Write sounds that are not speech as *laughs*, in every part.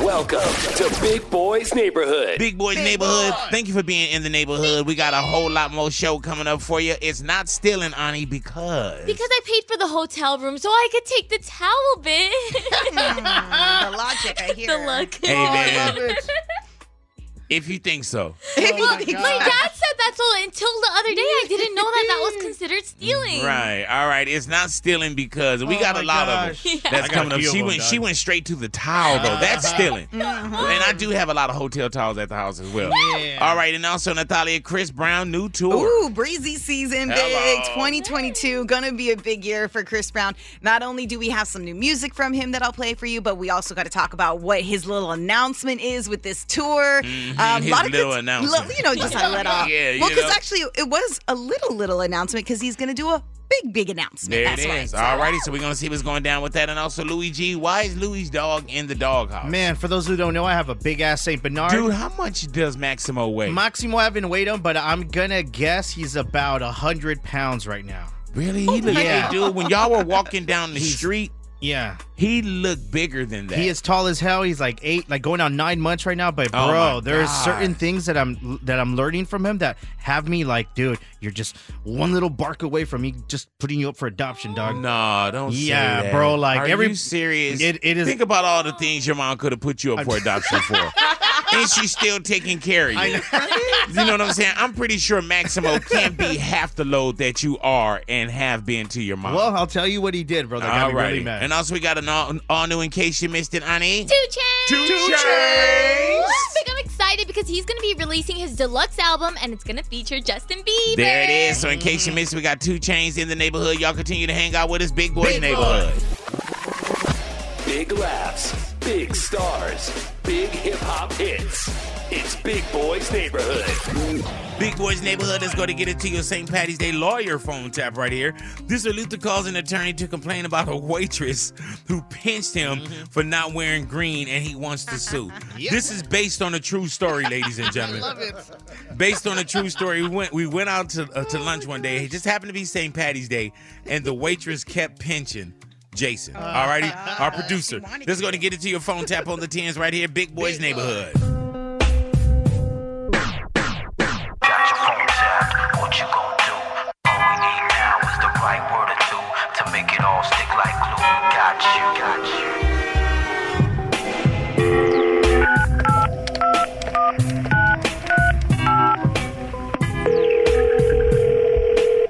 Welcome to Big Boy's Neighborhood. Big Boys Neighborhood. Thank you for being in the neighborhood. We got a whole lot more show coming up for you. It's not stealing, Ani, because. Because I paid for the hotel room, so I could take the towel bit. *laughs* the logic I *laughs* hear. the look. Oh, Hey, man. *laughs* If you think so. Oh, Well, my dad said that's all until the other day. I didn't know that that was considered stealing. Right. All right. It's not stealing because we got a lot of them Yeah. that's got a coming up. few of She them, went. She dog. went straight to the towel though. That's stealing. Uh-huh. And I do have a lot of hotel towels at the house as well. All right. And also Natalia, Chris Brown, new tour. Ooh, breezy season, big 2022. Gonna be a big year for Chris Brown. Not only do we have some new music from him that I'll play for you, but we also got to talk about what his little announcement is with this tour. Um, Mm-hmm. his little announcement. li- you *laughs* know, just a little. Yeah, you well, because know. actually, it was a little little announcement because he's gonna do a big big announcement. There That's it right. is. All righty. So we're gonna see what's going down with that. And also Louis G. Why is Louis' dog in the doghouse? Oh, Man, for those who don't know, I have a big ass St. Bernard. Dude, how much does Maximo weigh? Maximo, I haven't weighed him, but I'm gonna guess he's about 100 pounds right now. really? He looked Yeah. big, dude. When *laughs* y'all were walking down the street, Yeah. he looked bigger than that. He is tall as hell. He's like eight, like going on nine months right now. But Oh bro, my there's God. certain things that I'm that I'm learning from him that have me like, dude, you're just one little bark away from me just putting you up for adoption, dog. No, don't. say Yeah, that. bro, like, Are every- you serious. It- it is- Think about all the things your mom could have put you up *laughs* for adoption for, and she's still taking care of you. *laughs* You know what I'm saying? I'm pretty sure Maximo can't *laughs* be *laughs* half the load that you are and have been to your mom. Well, I'll tell you what he did, brother. I got me Alrighty. really mad. And also, we got an all, all new in case you missed it, Ani. Two chains. Two Chainz. Like, I'm excited because he's going to be releasing his deluxe album and it's going to feature Justin Bieber. There it is. So, in case you missed, we got two chains in the neighborhood. Y'all continue to hang out with us, Big Boys Neighborhood. Big laughs, big stars, big hip hop hits. It's Big Boy's Neighborhood. Big Boys Neighborhood is going to get it to your St. Patty's Day lawyer phone tap right here. This Luther calls an attorney to complain about a waitress who pinched him for not wearing green and he wants to *laughs* sue. This is based on a true story, ladies *laughs* and gentlemen. Based on a true story, we went we went out to uh, to lunch one day. It just happened to be St. Patty's Day and the waitress kept pinching Jason. All righty, our producer. This is going uh, to get it to your phone tap on the 10s right here, Big Boys Neighborhood. Got your phone tapped. What you gon' do? All we need now is the right word or two to make it all stick like glue. Got you, got you.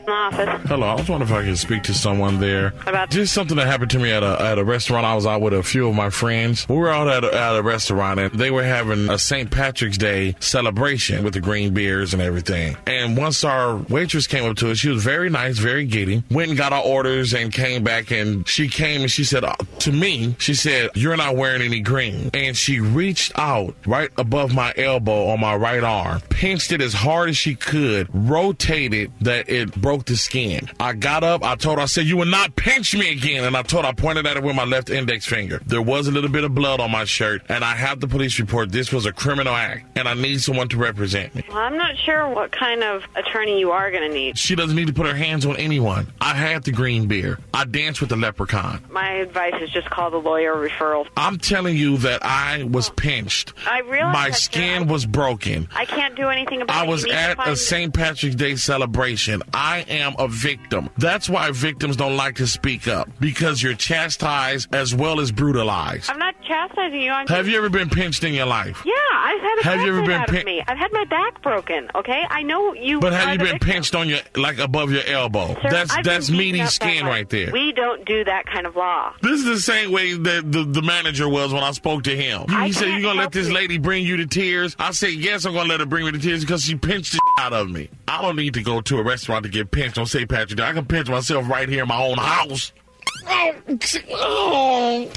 office. Hello, I was wondering if I could speak to someone there. About- Just something that happened to me at a at a restaurant. I was out with a few of my friends. We were out at a, at a restaurant and they were having a St. Patrick's Day celebration with the green beers and everything. And once our waitress came up to us, she was very nice, very giddy. Went and got our orders and came back and she came and she said uh, to me, she said, "You're not wearing any green." And she reached out right above my elbow on my right arm, pinched it as hard as she could, rotated that it broke the skin. I got up, I told her, I said, You will not pinch me again. And I told her, I pointed at it with my left index finger. There was a little bit of blood on my shirt, and I have the police report. This was a criminal act, and I need someone to represent me. Well, I'm not sure what kind of attorney you are going to need. She doesn't need to put her hands on anyone. I had the green beer. I danced with the leprechaun. My advice is just call the lawyer referral. I'm telling you that I was pinched. I realize my that, skin Joe. was broken. I can't do anything about I it. was You need to at a find- St. Patrick's Day celebration. I am a victim. That's why victims don't like to speak up because you're chastised as well as brutalized. I'm not chastising you. I'm Have you ever been pinched in your life? Yeah, I've had a Have you ever pencil been out pin- of me. I've had my back broken. Okay, I know you. But are have you the been victim. pinched on your like above your elbow? Sir, that's I've that's been beaten meaty up by skin my- right there. We don't do that kind of law. This is the same way that the, the manager was when I spoke to him. He I said, can't You gonna let help this you." lady bring you to tears? I said, Yes, I'm gonna let her bring me to tears because she pinched the out of me. I don't need to go to a restaurant to get pinched on St. Patrick Day. I can pinch myself right here in my own house. Oh,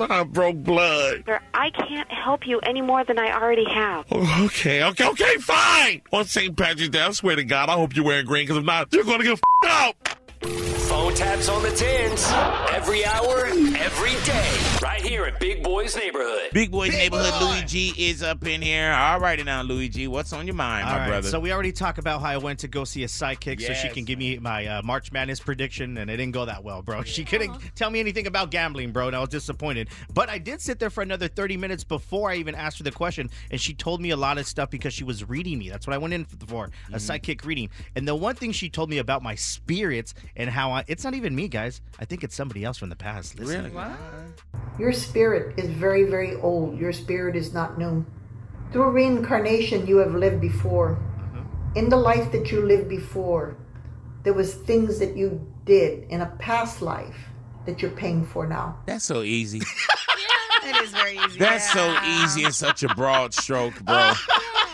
I broke blood. Sir, I can't help you any more than I already have. Oh, okay, okay, okay, fine. On St. Patrick's Day, I swear to God, I hope you're wearing green, because if not, you're going to get f***ed up. Phone taps on the tins. Every hour, every day. Right here at Big Boy's Neighborhood. Big Boy's Neighborhood, Louis G is up in here. All righty now, Louis G, what's on your mind, All my right, brother? So we already talked about how I went to go see a sidekick so she Yes, can give me my uh, March Madness prediction, and it didn't go that well, bro. *laughs* She couldn't tell me anything about gambling, bro, and I was disappointed. But I did sit there for another 30 minutes before I even asked her the question, and she told me a lot of stuff because she was reading me. That's what I went in for, Mm-hmm. a sidekick reading. And the one thing she told me about my spirits and how I, it's not even me, guys. I think it's somebody else from the past. Listen. Really? Your spirit is very, very old. Your spirit is not new. Through reincarnation, you have lived before. In the life that you lived before, there was things that you did in a past life that you're paying for now. That's *laughs* so easy. It is very easy. That's Yeah. so easy and such a broad stroke, bro.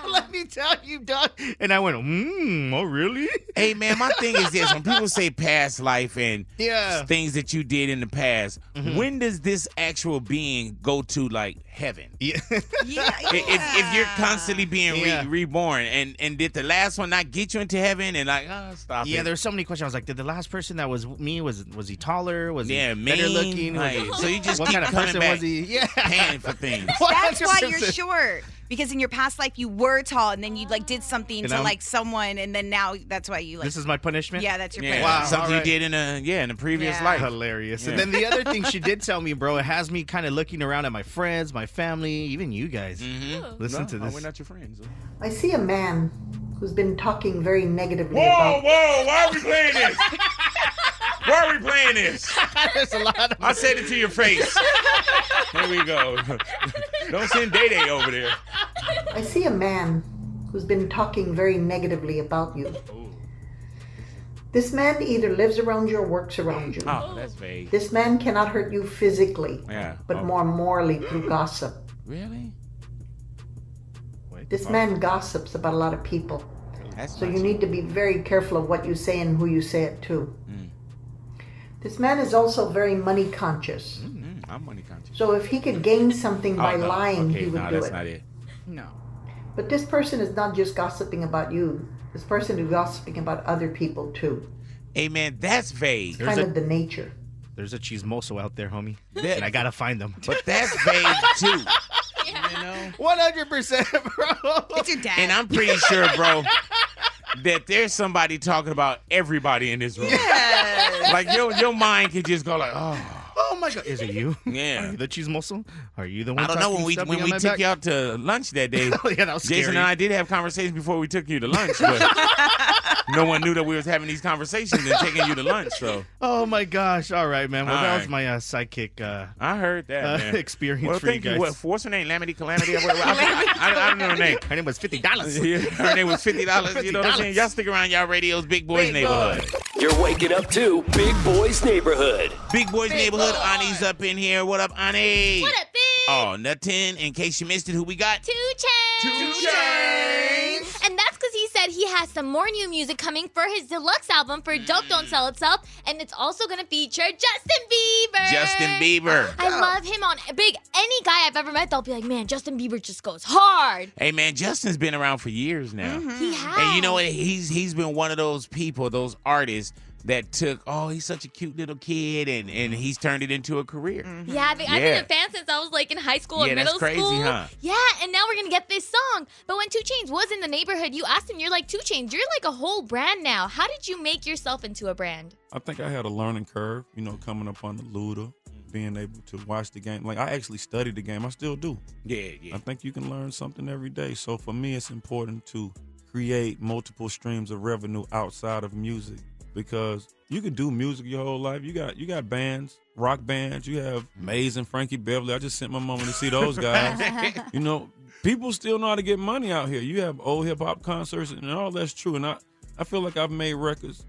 Let me tell you, dog. *laughs* And I went, mm, oh, really? hey, man, my thing is *laughs* this when people say past life and Yeah. Mm-hmm. things that you did in the past, when does this actual being go to like heaven? Yeah. *laughs* Yeah, I- If, if you're constantly being Yeah. re- reborn and, and did the last one not get you into heaven and like, oh, stop Yeah, it. there's so many questions. I was like, did the last person that was me was was he taller? Was Yeah, he better mean, looking? Was he- like, so you just what keep kind of coming person back was he? Yeah, *laughs* paying for things. *laughs* That's why you're 100%. short. Because in your past life you were tall and then you like did something And to I'm- like someone and then now that's why you like This is my punishment. Yeah, that's your Yeah, plan. Wow. something alright. you did in a yeah in a previous Yeah. life. hilarious. And Yeah. then the *laughs* other thing she did tell me, bro, it has me kind of looking around at my friends, my family, even you guys. Mm-hmm. Listen to this. *laughs* your friends. I see a man who's been talking very negatively Whoa, whoa! Why are about. we playing this? Why are we playing this? *laughs* There's a lot. Of- I said it to your *laughs* face. Here we go. *laughs* Don't send Day Day over there. I see a man who's been talking very negatively about you. This man either lives around you or works around you. Oh, that's vague. This man cannot hurt you physically, Yeah. but Oh. more morally through gossip. Really? This man gossips about a lot of people, That's so not you need to be very careful of what you say and who you say it to. Mm. This man is also very money conscious, Mm, I'm money conscious. so if he could gain something by Oh, no. lying, okay, he would no, do that's it. not it. No. But this person is not just gossiping about you. This person is gossiping about other people too. Hey man, that's vague. There's kind a- of the nature. There's a chismoso out there, homie, That- and I gotta find them. But that's vague *laughs* too. You know. One hundred percent, bro. It's your dad. And *laughs* I'm pretty sure, bro, that there's somebody talking about everybody in this room. Yes. Like your your mind could just go like, oh Oh my god, is it you? Are *laughs* yeah. you the chismoso? Are you the one? I don't know talking when we stuff when we behind my took back? *laughs* you out to lunch that day. Oh, yeah, that was Jason scary. and I did have conversations before we took you to lunch, *laughs* but no one knew that we was having these conversations and taking you to lunch. So Oh my gosh! All right, man. Well, All that right. was my uh, sidekick. Uh, I heard that Uh, man. experience well, for thank you you. guys. What, what's her name? Lamity Calamity. I, I, I don't know her name. her name was fifty dollars. *laughs* Yeah, her name was fifty dollars. You know what I'm saying? $50. Y'all stick around, y'all radios, Big Boys Neighborhood. You're waking up to Big Boy's Neighborhood. Big Boys Neighborhood. Ani's up in here. What up, Ani? What up, big? Oh, nothing. In case you missed it, who we got? Two chains. And that's because he said he has some more new music coming for his deluxe album for Dope Don't Sell Itself, and it's also going to feature Justin Bieber. Justin Bieber. I love him on Big. Any guy I've ever met, they'll be like, man, Justin Bieber just goes hard. Hey man, Justin's been around for years now. He has. And you know what? He's he's been one of those people, those artists that took, oh, he's such a cute little kid and and he's turned it into a career. Mm-hmm. Yeah, I've been, I've been Yeah. a fan since I was like in high school Yeah, or that's middle crazy, school. huh? Yeah, and now we're gonna get this song. But when Two Chains was in the neighborhood, you asked him, "You're like Two Chains. You're like a whole brand now. How did you make yourself into a brand?" I think I had a learning curve, you know, coming up on the Luda, Mm-hmm. being able to watch the game. Like I actually studied the game. I still do. Yeah, yeah. I think you can learn something every day. So for me, it's important to create multiple streams of revenue outside of music because you can do music your whole life. You got you got bands, rock bands. You have Maze and Frankie Beverly. I just sent my mama to see those *laughs* guys. you know, people still know how to get money out here. You have old hip hop concerts and all that's true. And I I feel like I've made records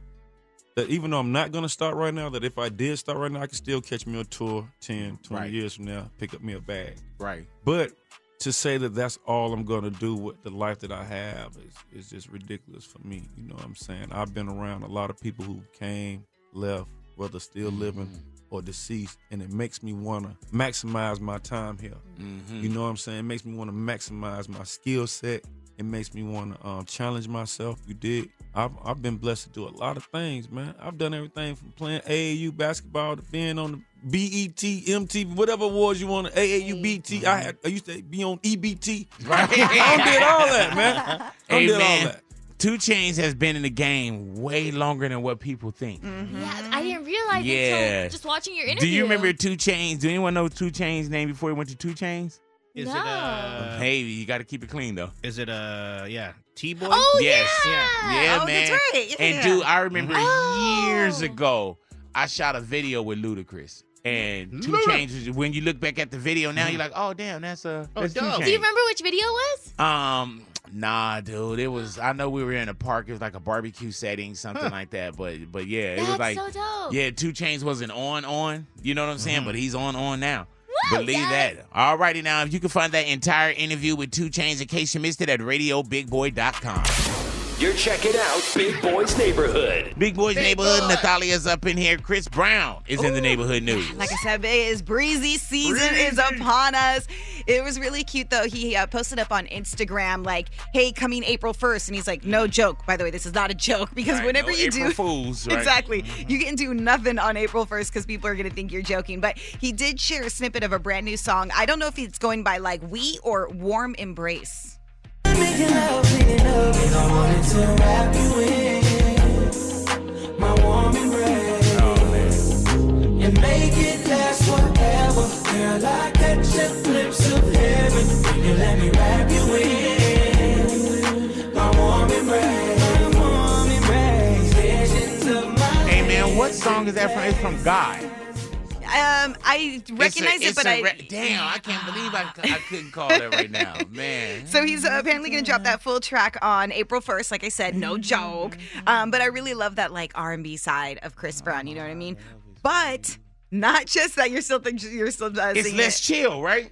that even though I'm not gonna start right now, that if I did start right now, I could still catch me a tour 10, 20 Right. years from now, pick up me a bag. Right. But to say that that's all I'm gonna do with the life that I have is, is just ridiculous for me. You know what I'm saying? I've been around a lot of people who came, left, whether still living Mm-hmm. or deceased, and it makes me want to maximize my time here. Mm-hmm. You know what I'm saying? It makes me want to maximize my skill set. It makes me want to um, challenge myself. You did. I've, I've been blessed to do a lot of things, man. I've done everything from playing AAU basketball to being on the E BET, MTV, whatever awards you want, AAU, BT. E I, had, I used to be on EBT. *laughs* I done did all that, man. I done Hey, did all man, that. Two Chains has been in the game way longer than what people think. Yeah, I didn't realize Mm-hmm. Yeah. until just watching your interview. Do you remember Two Chains? Do anyone know Two Chains' name before he went to Two Chains? Is no. it uh hey, you got to keep it clean though. is it uh yeah, T-boy? Oh yes. yeah. Yeah, Oh, man. that's right. And Yeah. dude, I remember Oh. years ago, I shot a video with Ludacris. And two Luda- changes. When you look back at the video now, you're like, "Oh damn, that's a Oh, that's Two dog. Chainz. Do you remember which video it was? Um, nah, dude. It was. I know we were in a park. It was like a barbecue setting, something like that. But but yeah, it That's was like so dope. yeah. Two Chains wasn't on on. You know what I'm saying? But he's on on now. Woo, Believe yes. that. All righty now. If you can find that entire interview with Two Chains, in case you missed it, at RadioBigBoy.com. You're checking out Big Boy's Neighborhood. Big Boys Big Neighborhood. boy. Nathalia's up in here. Chris Brown is in the neighborhood news. Like I said, it is breezy season is upon us. It was really cute though. He uh, posted up on Instagram like, "Hey, coming April 1st. and he's like, "No joke." By the way, this is not a joke *laughs* because Right, whenever no you April do, *laughs* Fools, right? Mm-hmm. exactly, you can do nothing on April 1st because people are gonna think you're joking. But he did share a snippet of a brand new song. I don't know if it's going by like "We" or "Warm Embrace." Hey man, what song is that from? It's from God. Um, I recognize it, but I. damn, I can't believe I, I couldn't call that right *laughs* now, man. So he's uh, apparently going to drop that full track on April 1st. Like I said, no joke. Um, but I really love that like R&B side of Chris Brown. You know what I mean? But not just that. You're still think you're still uh, It's singing less it. chill, right?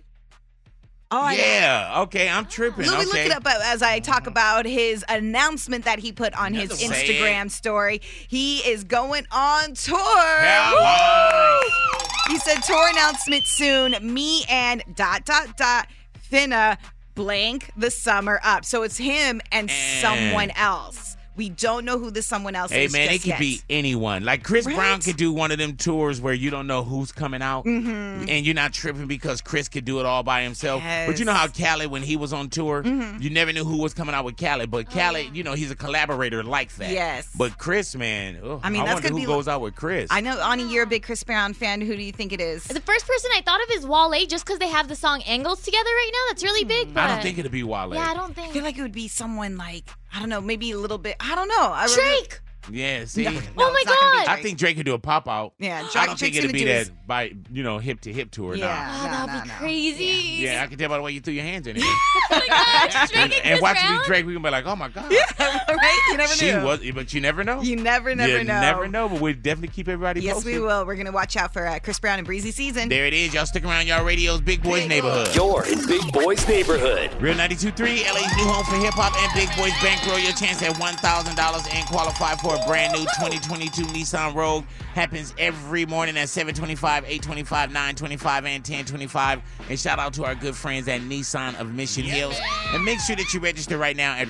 Oh, I- yeah. Okay, I'm tripping. Louis, okay. look it up uh, as I talk about his announcement that he put on his Another one. Instagram story. He is going on tour. Hello. He said tour announcement soon. Me and dot dot dot finna blank the summer up. So it's him and, And- someone else. We don't know who this someone else Hey is. man, it just could yet. be anyone. Like Chris Right? Brown could do one of them tours where you don't know who's coming out, Mm-hmm. and you're not tripping because Chris could do it all by himself. But you know how Yes. Mm-hmm. Khaled, when he was on tour, you never knew who was coming out with Khaled. But Khaled, you know, he's a collaborator like that. Oh, Yes. But Chris, man, ugh, I I mean, mean, I that's wonder gonna who be goes out with Chris. I know, Ani, you're a big Chris Brown fan. Who do you think it is? Ah. The first person I thought of is Wale, just because they have the song "Angles" together right now. That's really big. But Hmm. I don't think it'll be Wale. Yeah, I don't I think. feel like it would be someone like I don't know, maybe a little bit. I don't know. I really- Drake. Yeah, see, No, Oh my it's not gonna be God. I Drake. think Drake could do a pop out. I Yeah, Drake- don't think Drake's it'll gonna be do that his- by you know hip to hip tour. Yeah. Oh, No, that would no, be no. crazy. Nah. Yeah, I can tell by the way you threw your hands in *laughs* it. Oh my gosh, Drake and, Chris and watch Brown? me Drake, we can be like, oh my god. *laughs* right? You never She knew. was, but you never know. You never, never you know. never know, but we'll definitely keep everybody Yes, posted. we will. We're gonna watch out for uh, Chris Brown and Breezy season. There it is. Y'all stick around. Y'all radios, Big Boys Neighborhood. You're in Big Boy's Neighborhood. Real 92.3, LA's new home for hip hop and Big Boys Bankroll. Your chance at $1,000 and qualify for a brand new 2022 Nissan Rogue. Happens every morning at 725, 825, 925, and 1025. And shout out to our good friends at Nissan of Mission Hills. And make sure that you register right now at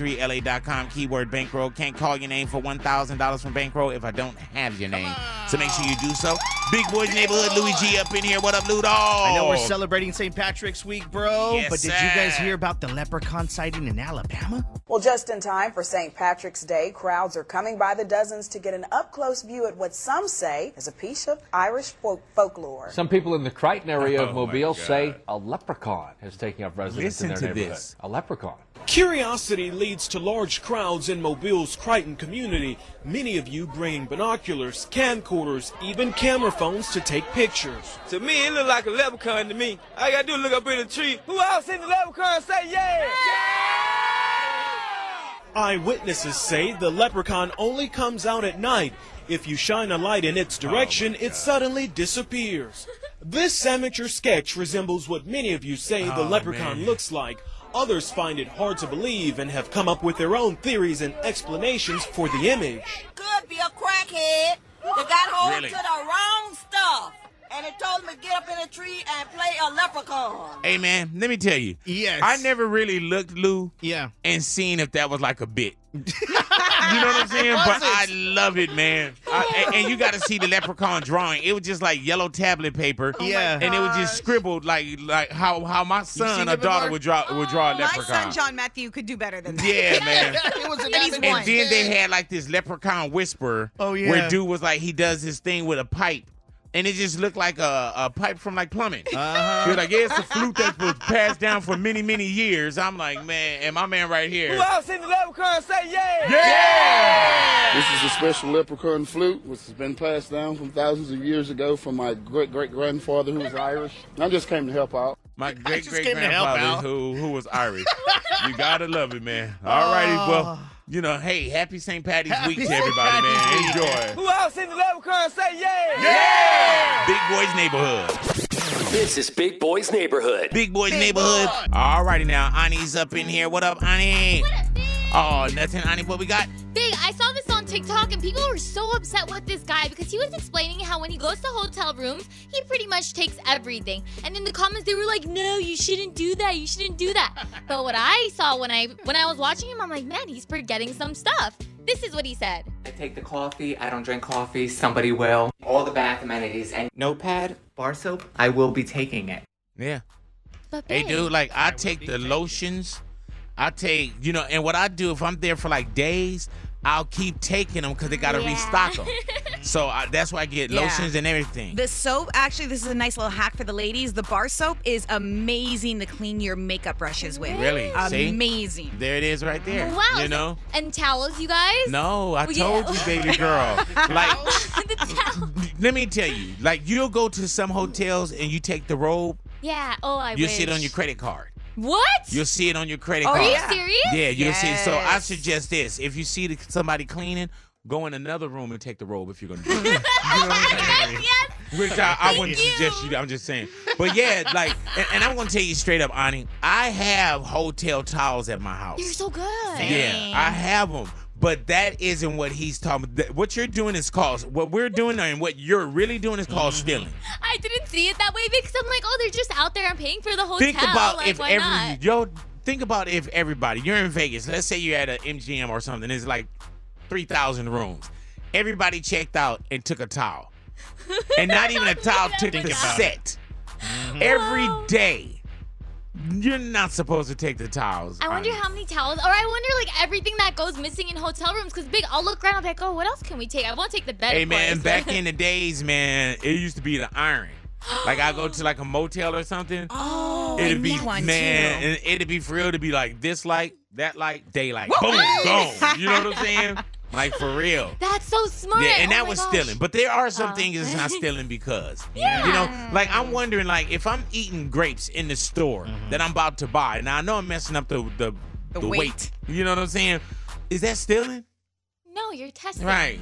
real923la.com, keyword bankroll. Can't call your name for $1,000 from bankroll if I don't have your name. So make sure you do so. Big Boys Neighborhood, Louis G up in here. What up, Ludo? I know we're celebrating St. Patrick's week, bro, Yes, but did you guys sir. hear about the leprechaun sighting in Alabama? Well, just in time for St. Patrick's Day, crowds are coming by the dozens to get an up close view at what some say is a piece of Irish folk- folklore. Some people in the Crichton area *laughs* Oh, of my Mobile God. say a leprechaun has taken up residence in Listen their to neighborhood. this. A leprechaun. Curiosity leads to large crowds in Mobile's Crichton community, many of you bringing binoculars, camcorders, even camera phones to take pictures. To me, it look like a leprechaun to me. All I gotta do is look up in the tree. Who else in the leprechaun say yeah? Eyewitnesses say the leprechaun only comes out at night. If you shine a light in its direction, it suddenly disappears. This amateur sketch resembles what many of you say the Oh, leprechaun man. looks like. Others find it hard to believe and have come up with their own theories and explanations for the image. Could be a crackhead. that got hold Really? to the wrong stuff. And it told me get up in a tree and play a leprechaun. Hey man, let me tell you. Yes. I never really looked Lou. Yeah. And seen if that was like *laughs* a bit. you know what I'm saying? Was But it? I love it, man. I- and, and you got to see the leprechaun drawing. It was just like yellow tablet paper. Yeah. And it was just scribbled like like how how my seen son it or daughter before? would draw would draw a My leprechaun. son John Matthew could do better than that. *laughs* Yeah, man. it was an and then they had like this leprechaun whisper. Oh, yeah. Where dude was like he does his thing with a pipe. And it just looked like a, a pipe from like plumbing. Uh-huh. He was like, yeah, it's a flute that was passed down for many, many years. I'm like, man, and my man right here. Who else in the leprechaun say yeah? This is a special leprechaun flute, which has been passed down from thousands of years ago from my great great grandfather, who was Irish. And I just came to help out. My great just great came to help out. grandfather who who was Irish. you gotta love it, man. All righty, well, you know, hey, happy St. Patty's Happy week to St. everybody, Patty's man. Enjoy. Who else in the leprechaun say yeah? Big Boys Neighborhood. This is Big Boys Neighborhood. Big Boys Neighborhood. All righty now, Ani's up in here. What up, Ani? What up, Oh, nothing, Ani. What we got? Big, I saw this on TikTok and people were so upset with this guy because he was explaining how when he goes to hotel rooms, he pretty much takes everything. And in the comments they were like, "No, you shouldn't do that. You shouldn't do *laughs* that." But what I saw when I when I was watching him, I'm like, "Man, he's forgetting some stuff." This is what he said. I take the coffee. I don't drink coffee. Somebody will. All the bath amenities and notepad, bar soap. I will be taking *laughs* it. Yeah. Hey, dude, like I take the lotions. I take, you know, and what I do if I'm there for like days, I'll keep taking them because they gotta Yeah. restock them. So I, that's why I get Yeah. lotions and everything. The soap, actually, this is a nice little hack for the ladies. The bar soap is amazing to clean your makeup brushes with. Really? See? Amazing. There it is, right there. Wow. You know. And towels, you guys? No, I Well, told yeah. you, baby girl. *laughs* Like, let me tell you. Like, you'll go to some hotels and you take the robe. Yeah. Oh, I You'll wish. see it on your credit card. What? You'll see it on your credit Are card. you serious? Yeah, you'll see. it. So I Yes. suggest this: if you see the, somebody cleaning, go in another room and take the robe if you're gonna. *laughs* do it. You know what I'm saying? Which I, I wouldn't suggest you. do. I'm just saying. But yeah, like, and, and I'm gonna tell you straight up, Ani, I have hotel towels at my house. They're so good. Yeah, I have them. But that isn't what he's talking about. What you're doing is called, what we're doing and what you're really doing is called stealing. I didn't see it that way because I'm like, oh, they're just out there and paying for the hotel. Think about like, if why every, not? yo, think about if everybody, you're in Vegas, let's say you're at an MGM or something, it's like 3,000 rooms. Everybody checked out and took a towel. And *laughs* not even a *laughs* towel took Think the about set. Every day, you're not supposed to take the towels. I wonder how many towels, or I wonder like everything that goes missing in hotel rooms. Because big, I'll look around, I'll be like, oh, what else can we take? I won't take the bed. Hey of man, course. *laughs* back in the days, man, it used to be the iron. Like I go to like a motel or something. Oh, I it'd be need one, man, too. and it'd be for real to be like this light, that light, daylight, Whoa. boom, boom. You know what I'm saying? Like for real. That's so smart. Yeah, and Oh that my was gosh. stealing. But there are some Oh. things that's not stealing because. Yeah. You know, like I'm wondering, like if I'm eating grapes in the store that I'm about to buy, now I know I'm messing up the the, The the weight. weight. You know what I'm saying? Is that stealing? No, you're testing. Right.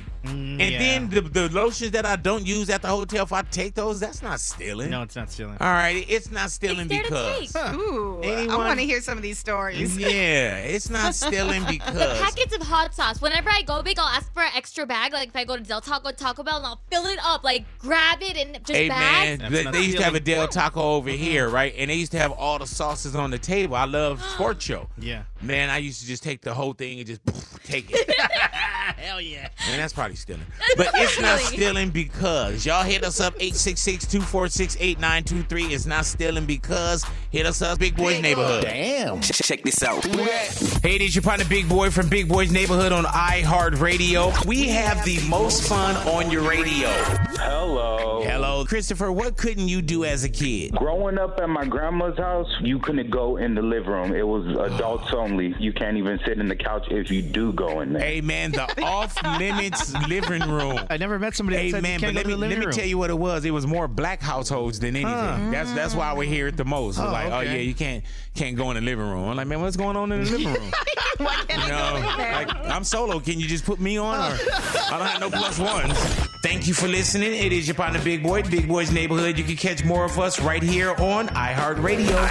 Mm, and yeah. then the, the lotions that I don't use at the hotel, if I take those, that's not stealing. No, it's not stealing. All right, it's not stealing because. Ooh, I Anyone- want to hear some of these stories. *laughs* Yeah, *laughs* it's not stealing The because. packets of hot sauce. Whenever I go big, I'll ask for an extra bag. Like if I go to Del Taco, Taco Bell, and I'll fill it up. Like grab it and just Hey bags. man, they, they used to have a Del Taco over here, right? And they used to have all the sauces on the table. I *gasps* love Sports Show. Yeah. Man, I used to just take the whole thing and just take *laughs* it. *laughs* Hell yeah. Man, that's probably stealing. But it's not stealing because. Y'all hit us up 866-246-8923. It's not stealing because. Hit us up, Big Boys Neighborhood. Damn. Check this out. Hey, did you find a Big Boy from Big Boys Neighborhood on iHeartRadio? We have the most fun on your radio. Hello. Hello. Christopher, what couldn't you do as a kid? Growing up at my *laughs* grandma's house, you couldn't go in the living room. It was adults only. You can't even sit in the couch if you do go in there. Hey man, the off limits living room. I never met somebody. that Hey said you man, can't but go let me to the let living me room. tell you what it was. It was more black households than anything. Huh. That's that's why we hear it the most. Oh, like, oh okay. yeah, you can't can't go in the living room. I'm like, man, what's going on in *laughs* the living *laughs* room? you know, like I'm solo. Can you just put me on? Or I don't have no plus ones. Thank you for listening. It is your partner, Big Boy, Big Boy's Neighborhood. You can catch more of us right here on iHeartRadio.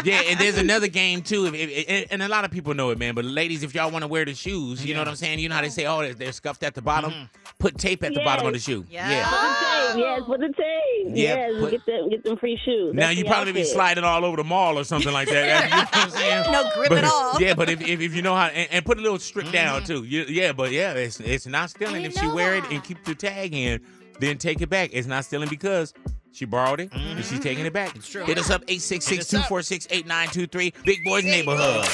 yeah, and there's another game too, if, if- if- and a lot of people know it, man. But ladies, if y'all want to wear the shoes, you know what I'm saying. You know how they say, "Oh, they're, they're scuffed at the bottom." Put tape at the bottom of the Mm-hmm. Yes. shoe. For the tape, yes, for the tape. Yeah, yes, put- get them get them free shoes. Now That's you the probably be outfit. sliding all over the mall or something like *laughs* that. You know what I'm saying? No grip but, at all. Yeah, but if, if, if you know how, and, and put a little strip down too. You, yeah, but yeah, it's it's not stealing if she wear it and keep the tag in, then take it back. It's not stealing because. She borrowed it, and she's taking it back. Mm-hmm. It's true. Hit us up, 866-246-8923, Big Boys Neighborhood.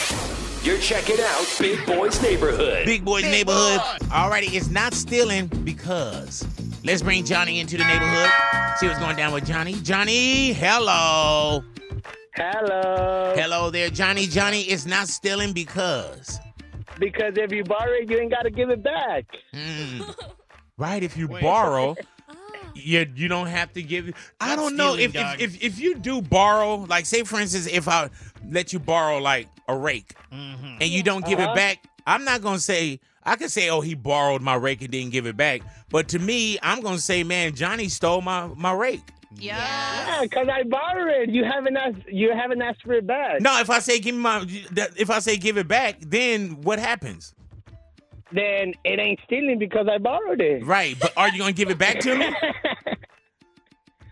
You're checking out Big Boy's Neighborhood. Big Boys Neighborhood. Alrighty, it's not stealing because. Let's bring Johnny into the neighborhood. See what's going down with Johnny. Johnny, hello. Hello. Hello there, Johnny. Johnny, it's not stealing because. Because if you borrow it, you ain't got to give it back. Hmm. *laughs* Right, if you borrow, you you don't have to give. I That's don't know stealing, if if, dog. if if you do borrow, like say for instance, if I let you borrow like a rake and you don't give Uh-huh. it back, I'm not gonna say I could say, oh, he borrowed my rake and didn't give it back. But to me, I'm gonna say, man, Johnny stole my my rake. Yeah, because I borrowed it. You haven't asked. You haven't asked for it back. No, if I say give me my, that- if I say give it back, then what happens? Then it ain't stealing because I borrowed it. Right, but are you gonna give it back to me? *laughs*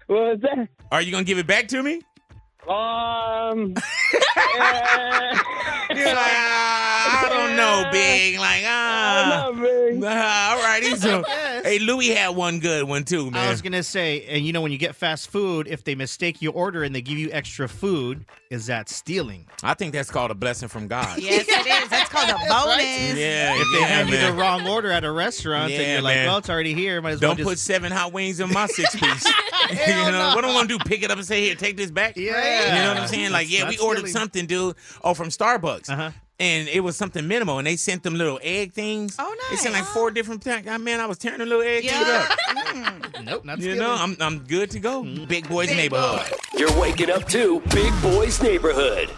what was that? Are you gonna give it back to me? *laughs* Um. You're like, ah, I don't know, big. Like, ah, Nah, *laughs* all righty. So, hey, Louis had one good one too, man. I was gonna say, and you know, when you get fast food, if they mistake your order and they give you extra food, is that stealing? I think that's called a blessing *laughs* from God. Yes, it is. *laughs* That's called a bonus. Yeah, If they yeah, hand you man. the wrong order at a restaurant, and Yeah, you're like, man. well, it's already here. Might as well Don't just put seven hot wings *laughs* in my six piece. *laughs* you know what I'm gonna do? Pick it up and say, "Here, take this back." Yeah. you know what I'm saying? Like, That's Uh-huh. yeah, not we ordered stealing. something, dude. Oh, from Starbucks, and it was something minimal, and they sent them little egg things. Oh, nice. They sent like four different things. Ah, man, I was tearing the little egg thing up. nope, not You know, I'm I'm good to go. Big boys neighborhood. You're waking up to Big Boys Neighborhood.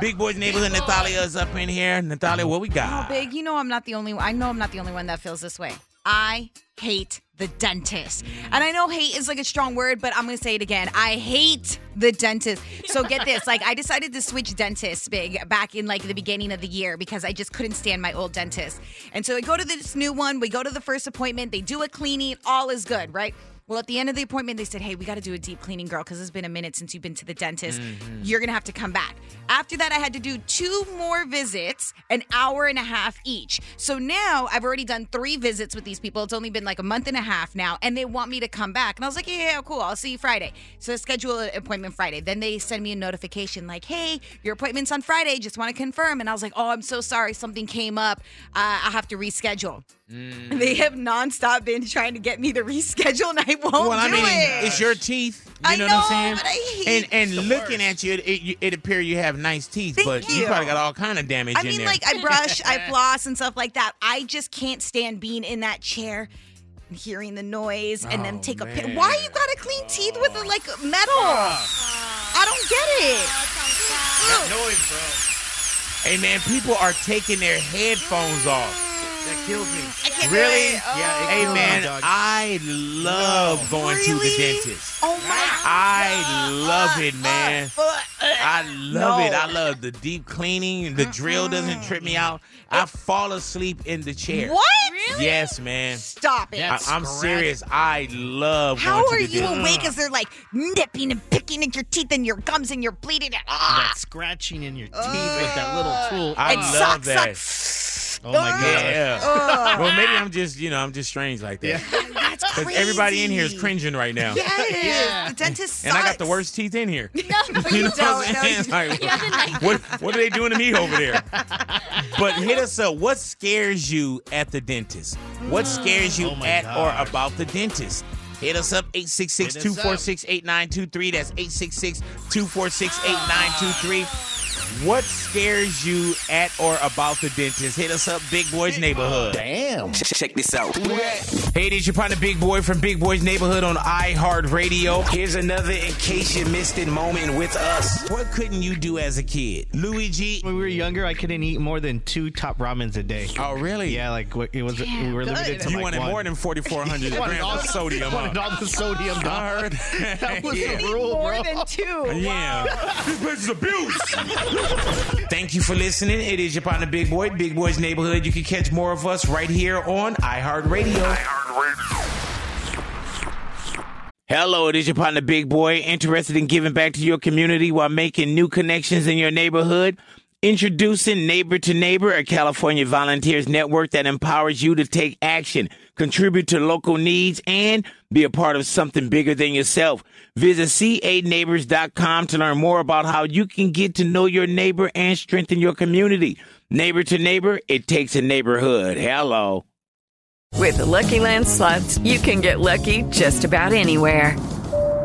Big boys neighborhood. Nathalia's up in here. Nathalia, what we Oh, got? big, you know I'm not the only one. I know I'm not the only one that feels this way. I hate the dentist. And I know hate is like a strong word, but I'm going to say it again. I hate the dentist. So get this, like I decided to switch dentists big back in like the beginning of the year because I just couldn't stand my old dentist. And so I go to this new one, we go to the first appointment, they do a cleaning, all is good, right? Well, at the end of the appointment, they said, Hey, we got to do a deep cleaning, girl, because it's been a minute since you've been to the dentist. Mm-hmm. You're going to have to come back. After that, I had to do two more visits, an hour and a half each. So now I've already done three visits with these people. It's only been like a month and a half now, and they want me to come back. And I was like, Yeah, yeah, cool. I'll see you Friday. So I schedule an appointment Friday. Then they send me a notification like, Hey, your appointment's on Friday. Just want to confirm. And I was like, Oh, I'm so sorry. Something came up. Uh, I have to reschedule. Mm. They have nonstop been trying to get me to reschedule, and I won't well, I do mean, it. it's your teeth. You I know, what I'm know, saying? but I hate and and looking at you, it, it, you- it appear you have nice teeth, but you. you. probably got all kind of damage I in mean, there. like I brush, I floss, and stuff like that. I just can't stand being in that chair. and Hearing the noise and then take a Oh, man. Ah, pic. Why you gotta clean teeth with like metal? I don't get it. noise, bro. Hey man, people are taking their headphones off. That kills me. Really? Yeah. it Hey kills me, man, dog. I love going to the dentist. Oh my! I love it, man. I love No. it. I love the deep cleaning. The drill doesn't trip me out. I fall asleep in the chair. What? Yes, man. Stop it! I, I'm serious. I love. How are going to the you dentist. awake as they're like nipping and picking at your teeth and your gums and you're bleeding? Ah! That scratching in your teeth with that little tool. I Ah. love that. Oh my god. Yeah. Ugh. well, maybe I'm just you know I'm just strange like that. That's Because crazy. everybody in here is cringing right now. Yes, the dentist sucks. And I got the worst teeth in here. No, You know you what don't. I'm No, *laughs* saying? you- Like, what, what are they doing to me over there? But hit us up. What scares you at the dentist? What scares you Oh my at gosh. or about the dentist? Hit us up 866-246-8923. That's 866-246-8923. What scares you at or about the dentist? Hit us up, Big Boys Neighborhood. Damn. Check this out. Hey, this is your partner, Big Boy from Big Boy's Neighborhood on iHeartRadio. Here's another in case you missed it moment with us. What couldn't you do as a kid? Luigi. When we were younger, I couldn't eat more than two top ramens a day. Oh, really? Yeah, like wh- it was. we were limited to You like wanted one. more *laughs* than 4,400 *laughs* You wanted grams all of the- sodium. wanted all the sodium. dog. *laughs* I heard. That was *laughs* Yeah. the rule, bro. two. *laughs* Yeah. this place is abuse. Thank you for listening. It is your partner, Big Boy, Big Boy's Neighborhood. You can catch more of us right here on iHeartRadio. Hello, it is your partner, Big Boy. Interested in giving back to your community while making new connections in your neighborhood? Introducing Neighbor to Neighbor, a California volunteers network that empowers you to take action, contribute to local needs, and be a part of something bigger than yourself. Visit ca-neighbors.com to learn more about how you can get to know your neighbor and strengthen your community. Neighbor to Neighbor, it takes a neighborhood. Hello. With the Lucky Land slots, you can get lucky just about anywhere.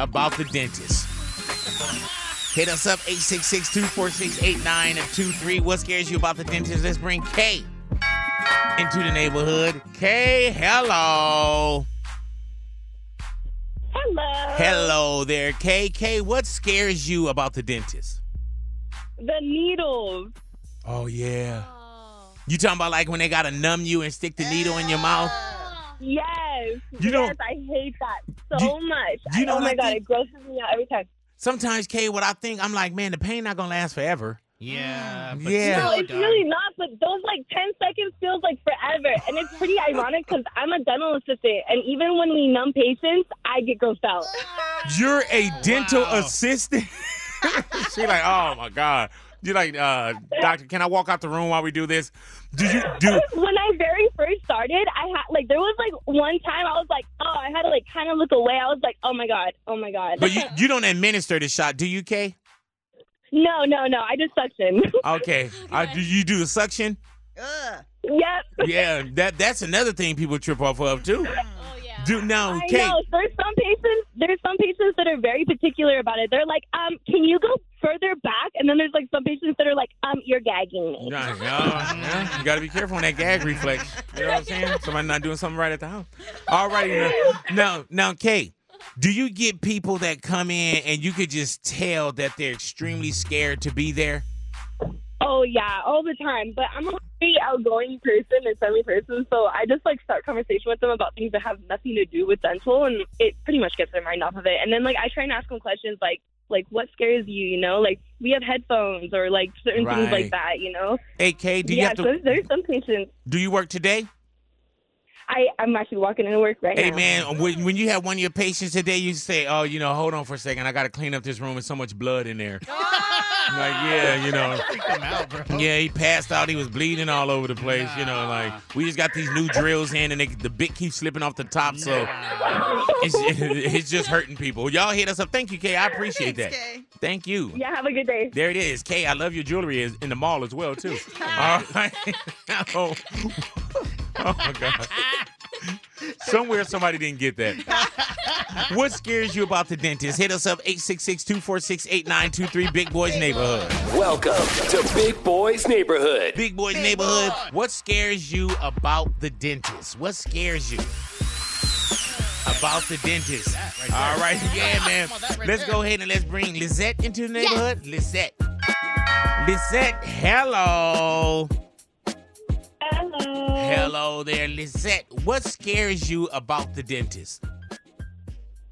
about the dentist? Hit us up 866-246-8923. What scares you about the dentist? Let's bring Kay into the neighborhood. Kay, hello. Hello. Hello there, Kay. Kay, what scares you about the dentist? The needles. Oh yeah. You talking about like when they gotta numb you and stick the needle in your mouth? Yes. You know- yes, I hate that so much. you I- know oh what my I god, think- it grosses me out every time. Sometimes, Kay, what I think, I'm like, man, the pain not gonna last forever. Yeah. yeah. No, it's really not, but those like 10 seconds feels like forever. And it's *laughs* pretty ironic because I'm a dental assistant, and even when we numb patients, I get grossed out. You're a dental assistant. Oh, *laughs* she like, oh my god. You like, uh, doctor? Can I walk out the room while we do this? Do you do? when I very first started, I had like there was like one time I was like, oh, I had to like kind of look away. I was like, oh my god, oh my god. But you you don't administer the shot, do you, Kay? *laughs* no, no, no, I just suction. Okay. Uh, do you do the suction? *laughs* yep. Yeah. That that's another thing people trip off of too. Oh yeah. Do now, I Kay. know. There's some patients. There's some patients that are very particular about it. They're like, um, can you go further back? And then there's like some patients that are like, um, you're gagging me. Nah, nah, nah. You got to be careful on that gag reflex. You know what I'm saying? Somebody not doing something right at the house. All righty. Now, now, now, Kay, do you get people that come in and you could just tell that they're extremely scared to be there? Oh yeah, all the time. But I'm a very outgoing person and friendly person, so I just like start conversation with them about things that have nothing to do with dental, and it pretty much gets their mind off of it. And then like I try and ask them questions like like what scares you, you know? Like we have headphones or like certain things Right. like that, you know? Hey, Kay, do you yeah, have to? so there's some patients. Do you work today? I I'm actually walking into work right Hey, now. man, when, when you have one of your patients today, you say, oh, you know, hold on for a second. I got to clean up this room. There's so much blood in there. I'm like, yeah, you *laughs* know. Yeah, he passed out. He was bleeding all over the place. You know, like, we just got these new drills in, and they, the bit keeps slipping off the top. So it's, *laughs* it's just hurting people. Y'all hit us up. Thank you, Kay. I appreciate that. Thank you. Yeah, have a good day. There it is. Kay, I love your jewelry is in the mall as well, too. All right. *laughs* oh. oh, my God. Somewhere somebody didn't get that. What scares you about the dentist? Hit us up 866-246-8923 Big Boys Neighborhood. Welcome to Big Boys Neighborhood. Big Boys Neighborhood. What scares you about the dentist? What scares you? About the dentist. All right, yeah, man. let's go ahead and let's bring Lizette into the neighborhood. Lizette. Lizette, hello. Hello. Hello there, Lizette. What scares you about the dentist?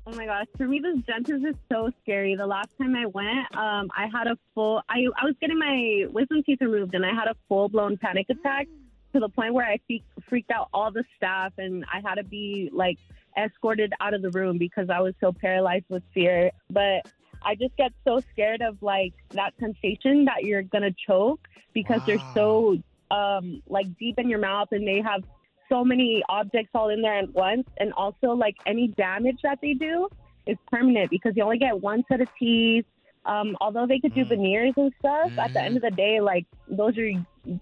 Oh my gosh, for me, this dentist is so scary. The last time I went, um, I had a full, I, I was getting my wisdom teeth removed and I had a full blown panic attack to the point where I fe- freaked out all the staff and I had to be like escorted out of the room because I was so paralyzed with fear. But I just get so scared of like that sensation that you're going to choke because they're so um, like deep in your mouth and they have so many objects all in there at once. And also, like any damage that they do is permanent because you only get one set of teeth. Um, although they could do veneers and stuff, at the end of the day, like those are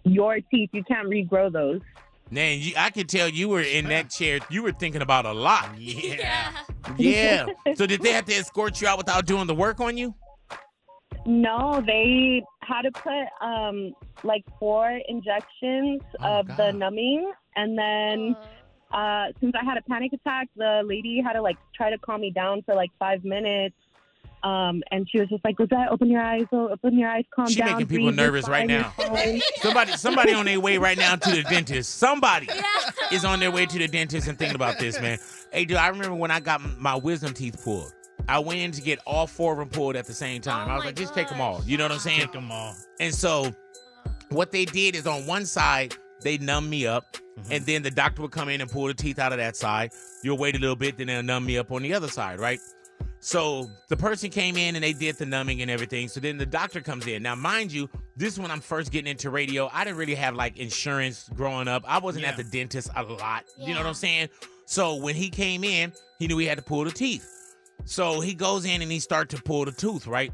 your teeth. You can't regrow those. Man, you, I could tell you were in that chair. You were thinking about a lot. Yeah. Yeah. Yeah. So did they have to escort you out without doing the work on you? No, they had to put um, like four injections Oh, of the numbing, and then uh, since I had a panic attack, the lady had to like try to calm me down for like five minutes. Um, and she was just like, "Lizette, open your eyes, oh, open your eyes, calm She down." making people breathe, you're nervous right fine, you're now. fine." Somebody, somebody on their way right now to the dentist. Somebody is on their way to the dentist and thinking about this, man. Hey, dude, I remember when I got m- my wisdom teeth pulled. I went in to get all four of them pulled at the same time. I was like, just take them all. You know what I'm saying? Take them all. And so, what they did is on one side they numb me up, and then the doctor would come in and pull the teeth out of that side. You'll wait a little bit, then they'll numb me up on the other side, right? So the person came in and they did the numbing and everything. So then the doctor comes in. Now, mind you, this is when I'm first getting into radio. I didn't really have like insurance growing up. I wasn't at the dentist a lot. You know what I'm saying? So when he came in, he knew he had to pull the teeth. So he goes in and he started to pull the tooth, right?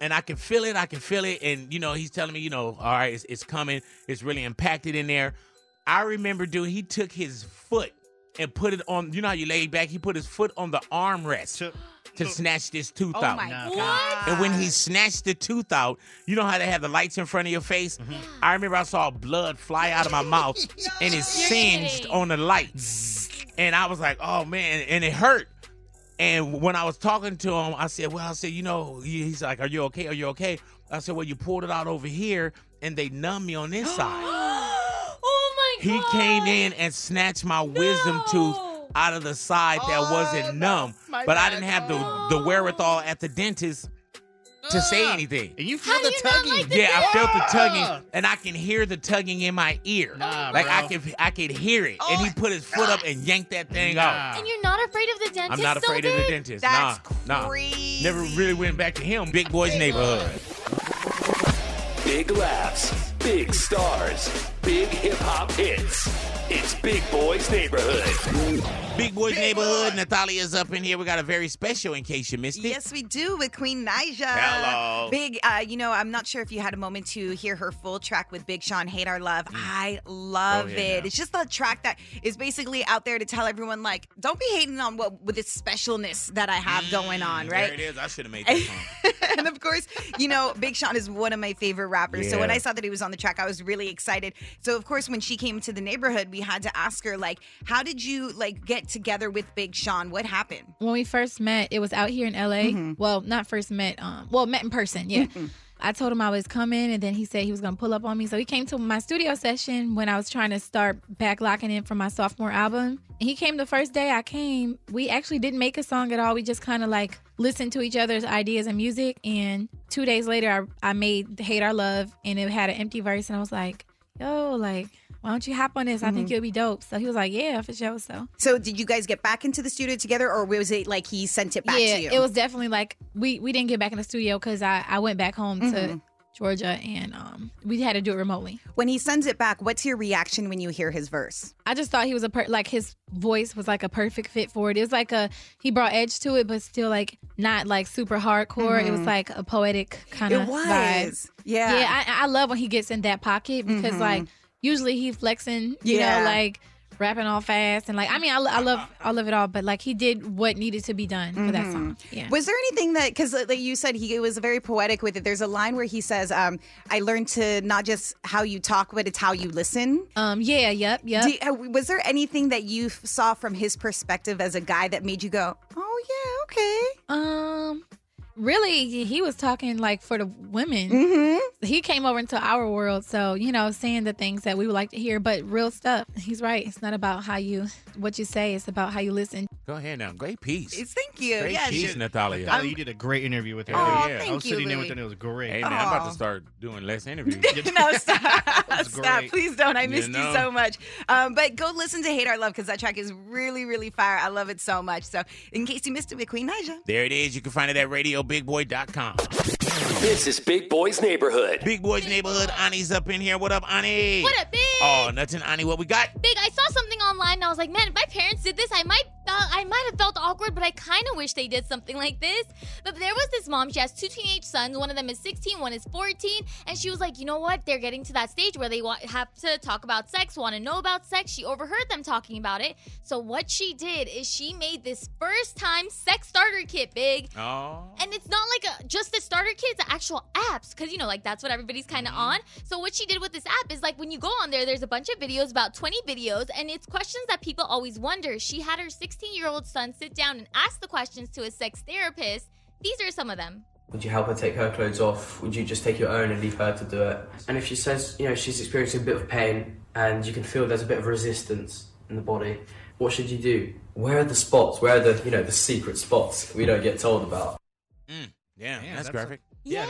and I can feel it. I can feel it. And you know, he's telling me, you know, all right, it's, it's coming. It's really impacted in there. I remember, dude, he took his foot and put it on. You know how you lay back? He put his foot on the armrest to, snatch this tooth Oh out. my Nah, God. And when he snatched the tooth out, you know how they have the lights in front of your face? I remember I saw blood fly out of *laughs* my mouth, and it singed on the lights. And I was like, oh man, and it hurt. And when I was talking to him, I said, "Well, I said, you know," he- he's like, "Are you okay? Are you okay?" I said, "Well, you pulled it out over here, and they numbed me *gasps* on this side." *gasps* oh my He god. came in and snatched my wisdom tooth out of the side that wasn't numb, Oh, my but bad. I Oh. didn't have the the wherewithal at the dentist to say anything. And you feel the tugging? yeah, I felt the tugging, and I can hear the tugging in my ear. like I bro. could I could hear it, and he put his foot up and yanked that thing out. Oh And you're not afraid of the dentist? I'm not afraid of the Soulbig? dentist. nah, nah. Never really went back to him. Big boy's neighborhood. Big laughs, big stars, big hip hop hits. It's Big Boy's Neighborhood. Big boy's neighborhood. Natalia's up in here. We got a very special in case you missed it. Yes, we do with Queen Naija. Hello. Big, uh, you know, I'm not sure if you had a moment to hear her full track with Big Sean, Hate Our Mm. Love. I love Oh, yeah, it. yeah. It's just the track that is basically out there to tell everyone, like, don't be hating on what with this specialness that I have going on, right? Mm, There it is. I should have made that song. *laughs* and of course, you know, Big Sean is one of my favorite rappers. So when Yeah. I saw that he was on the track, I was really excited. So of course, when she came to the neighborhood, we had to ask her like, how did you like get together with Big Sean? What happened? When we first met, it was out here in LA. Well, not first met, um, well, met in person, *laughs* yeah. Mm-hmm. I told him I was coming, and then he said he was gonna pull up on me. So he came to my studio session when I was trying to start back locking in for my sophomore album. He came the first day I came. We actually didn't make a song at all. We just kind of like listened to each other's ideas and music. And two days later, I, I made "Hate Our Love," and it had an empty verse. And I was like, "Yo, like, why don't you hop on this? I think Mhm. you'll be dope." So he was like, "Yeah, for sure." So So did you guys get back into the studio together, or was it like he sent it back yeah, to you? it was definitely like we we didn't get back in the studio because I I went back home to Mhm. Georgia and um we had to do it remotely. When he sends it back, what's your reaction when you hear his verse? I just thought he was a per- like his voice was like a perfect fit for it. It was like a he brought edge to it, but still like not like super hardcore. It was Mhm. like a poetic kind of It was. vibe. Yeah. yeah. I, I love when he gets in that pocket because Mhm. like usually he flexing, you Yeah. know, like rapping all fast and like I mean I, lo- I love I love it all, but like he did what needed to be done for that Mhm. song. Yeah. Was there anything that because like you said he was very poetic with it? There's a line where he says, um, "I learned to not just how you talk, but it's how you listen." Um. Yeah. Yep. Yep. Do, uh, was there anything that you f- saw from his perspective as a guy that made you go, "Oh yeah, okay"? Um, really, he was talking like for the women. He came over into our world, so you know, saying the things that we would like to hear, but real stuff. He's right. It's not about how you what you say. It's about how you listen. Go ahead now. Great piece. Thank you. Um, Great Yes. piece, Natalia. Natalia, you did a great interview with her. Hell I was sitting there with her. and It was great. Hey, man, I'm about Aw. to start doing *laughs* less interviews. no, stop. stop. great. Please don't. I You missed you, know. so much. Um, but go listen to Hate Our Love because that track is really, really fire. I love it so much. So, in case you missed it with Queen Naija. there it is. You can find it at radiobigboy.com. This is Big Boy's Neighborhood. Big Boy's Neighborhood. Ani's up in here. What up, Ani? What up, Big? Oh, nothing, Ani. What we got? Big, I saw something online and I was like, man, if my parents did this, I might uh, I might have felt awkward, but I kind of wish they did something like this. But there was this mom, she has two teenage sons, one of them is 16, one is 14, and she was like, you know what? They're getting to that stage where they wa- have to talk about sex, want to know about sex. She overheard them talking about it. So what she did is she made this first time sex starter kit, Big. Oh. And it's not like a, just the starter kit, it's the actual apps. Cause you know, like that's what everybody's kind of Mm-hmm. on. So what she did with this app is like when you go on there, there's a bunch of videos, about 20 videos, and it's questions that people always wonder. She had her 16 year old son sit down and ask the questions to his sex therapist. These are some of them. Would you help her take her clothes off? Would you just take your own and leave her to do it? And if she says, you know, she's experiencing a bit of pain and you can feel there's a bit of resistance in the body, what should you do? Where are the spots? Where are the, you know, the secret spots we don't get told about? Mm, Yeah, that's, graphic. Yeah.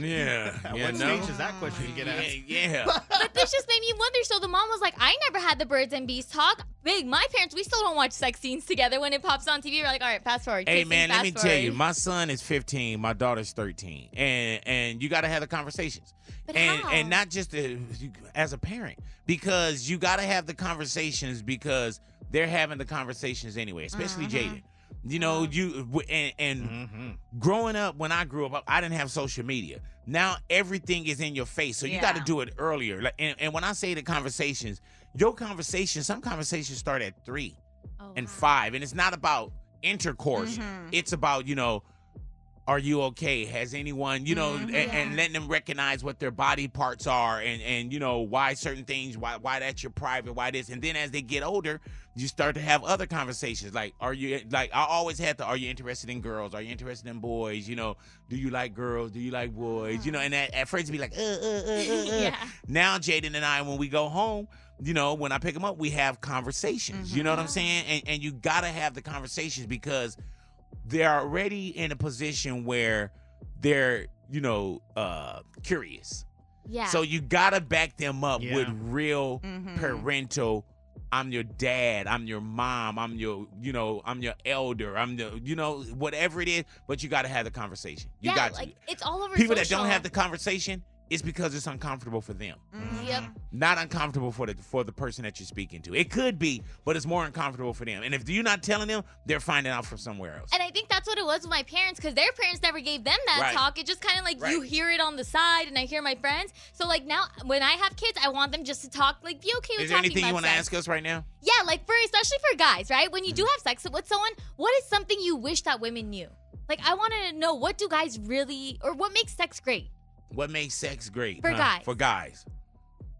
yeah. At yeah, *laughs* what no. stage does that question get asked? Yeah. *laughs* but this just made me wonder. So the mom was like, I never had the birds and bees talk. Big, my parents, we still don't watch sex scenes together. When it pops on TV, we're like, all right, fast forward. Hey kissing, man, let fast me forward. tell you, my son is 15, my daughter's 13, and and you got to have the conversations, But and how? and not just uh, as a parent because Uh-huh. you got to have the conversations because they're having the conversations anyway, especially Jaden. You know, you w- and, and growing up when I grew up, I didn't have social media. Now everything is in your face, so you got to Yeah. do it earlier. Like, and, and when I say the conversations, your conversations, some conversations start at three Oh, and five, and it's not about intercourse. Mhm. It's about you know, are you okay? Has anyone you know, a- and, letting them recognize what their body parts are, and and you know why certain things, why why that's your private, why this, and then as they get older, you start to have other conversations like, are you like I always had the, are you interested in girls? Are you interested in boys? You know, do you like girls? Do you like boys? You know, and at, at first it'd be like, uh, uh, uh, uh, uh. Yeah. Now Jaden and I, when we go home, you know, when I pick them up, we have conversations. You know what I'm saying? And and you gotta have the conversations because they're already in a position where they're, you know, uh curious. Yeah. So you gotta back them up Yeah. with real Mhm. parental. I'm your dad. I'm your mom. I'm your, you know, I'm your elder. I'm the, you know, whatever it is. But you gotta have the conversation. You yeah, got to. like it's all over. People that social. don't have the conversation, it's because it's uncomfortable for them Mm-hmm. Yep. Mm-hmm. not uncomfortable for the for the person that you're speaking to. It could be, but it's more uncomfortable for them. And if you're not telling them, they're finding out from somewhere else. And I think that's what it was with my parents because their parents never gave them that Right. talk. It just kind of like you Right. hear it on the side, and I hear my friends. So like now, when I have kids, I want them just to talk, like be okay with Is there talking anything you about want to sex. ask Mm-hmm. us right now? Yeah, like for especially for guys, right? When you do have sex with someone, what is something you wish that women knew? Like I want to know what do guys really or what makes sex great? What makes sex great For guys. For guys,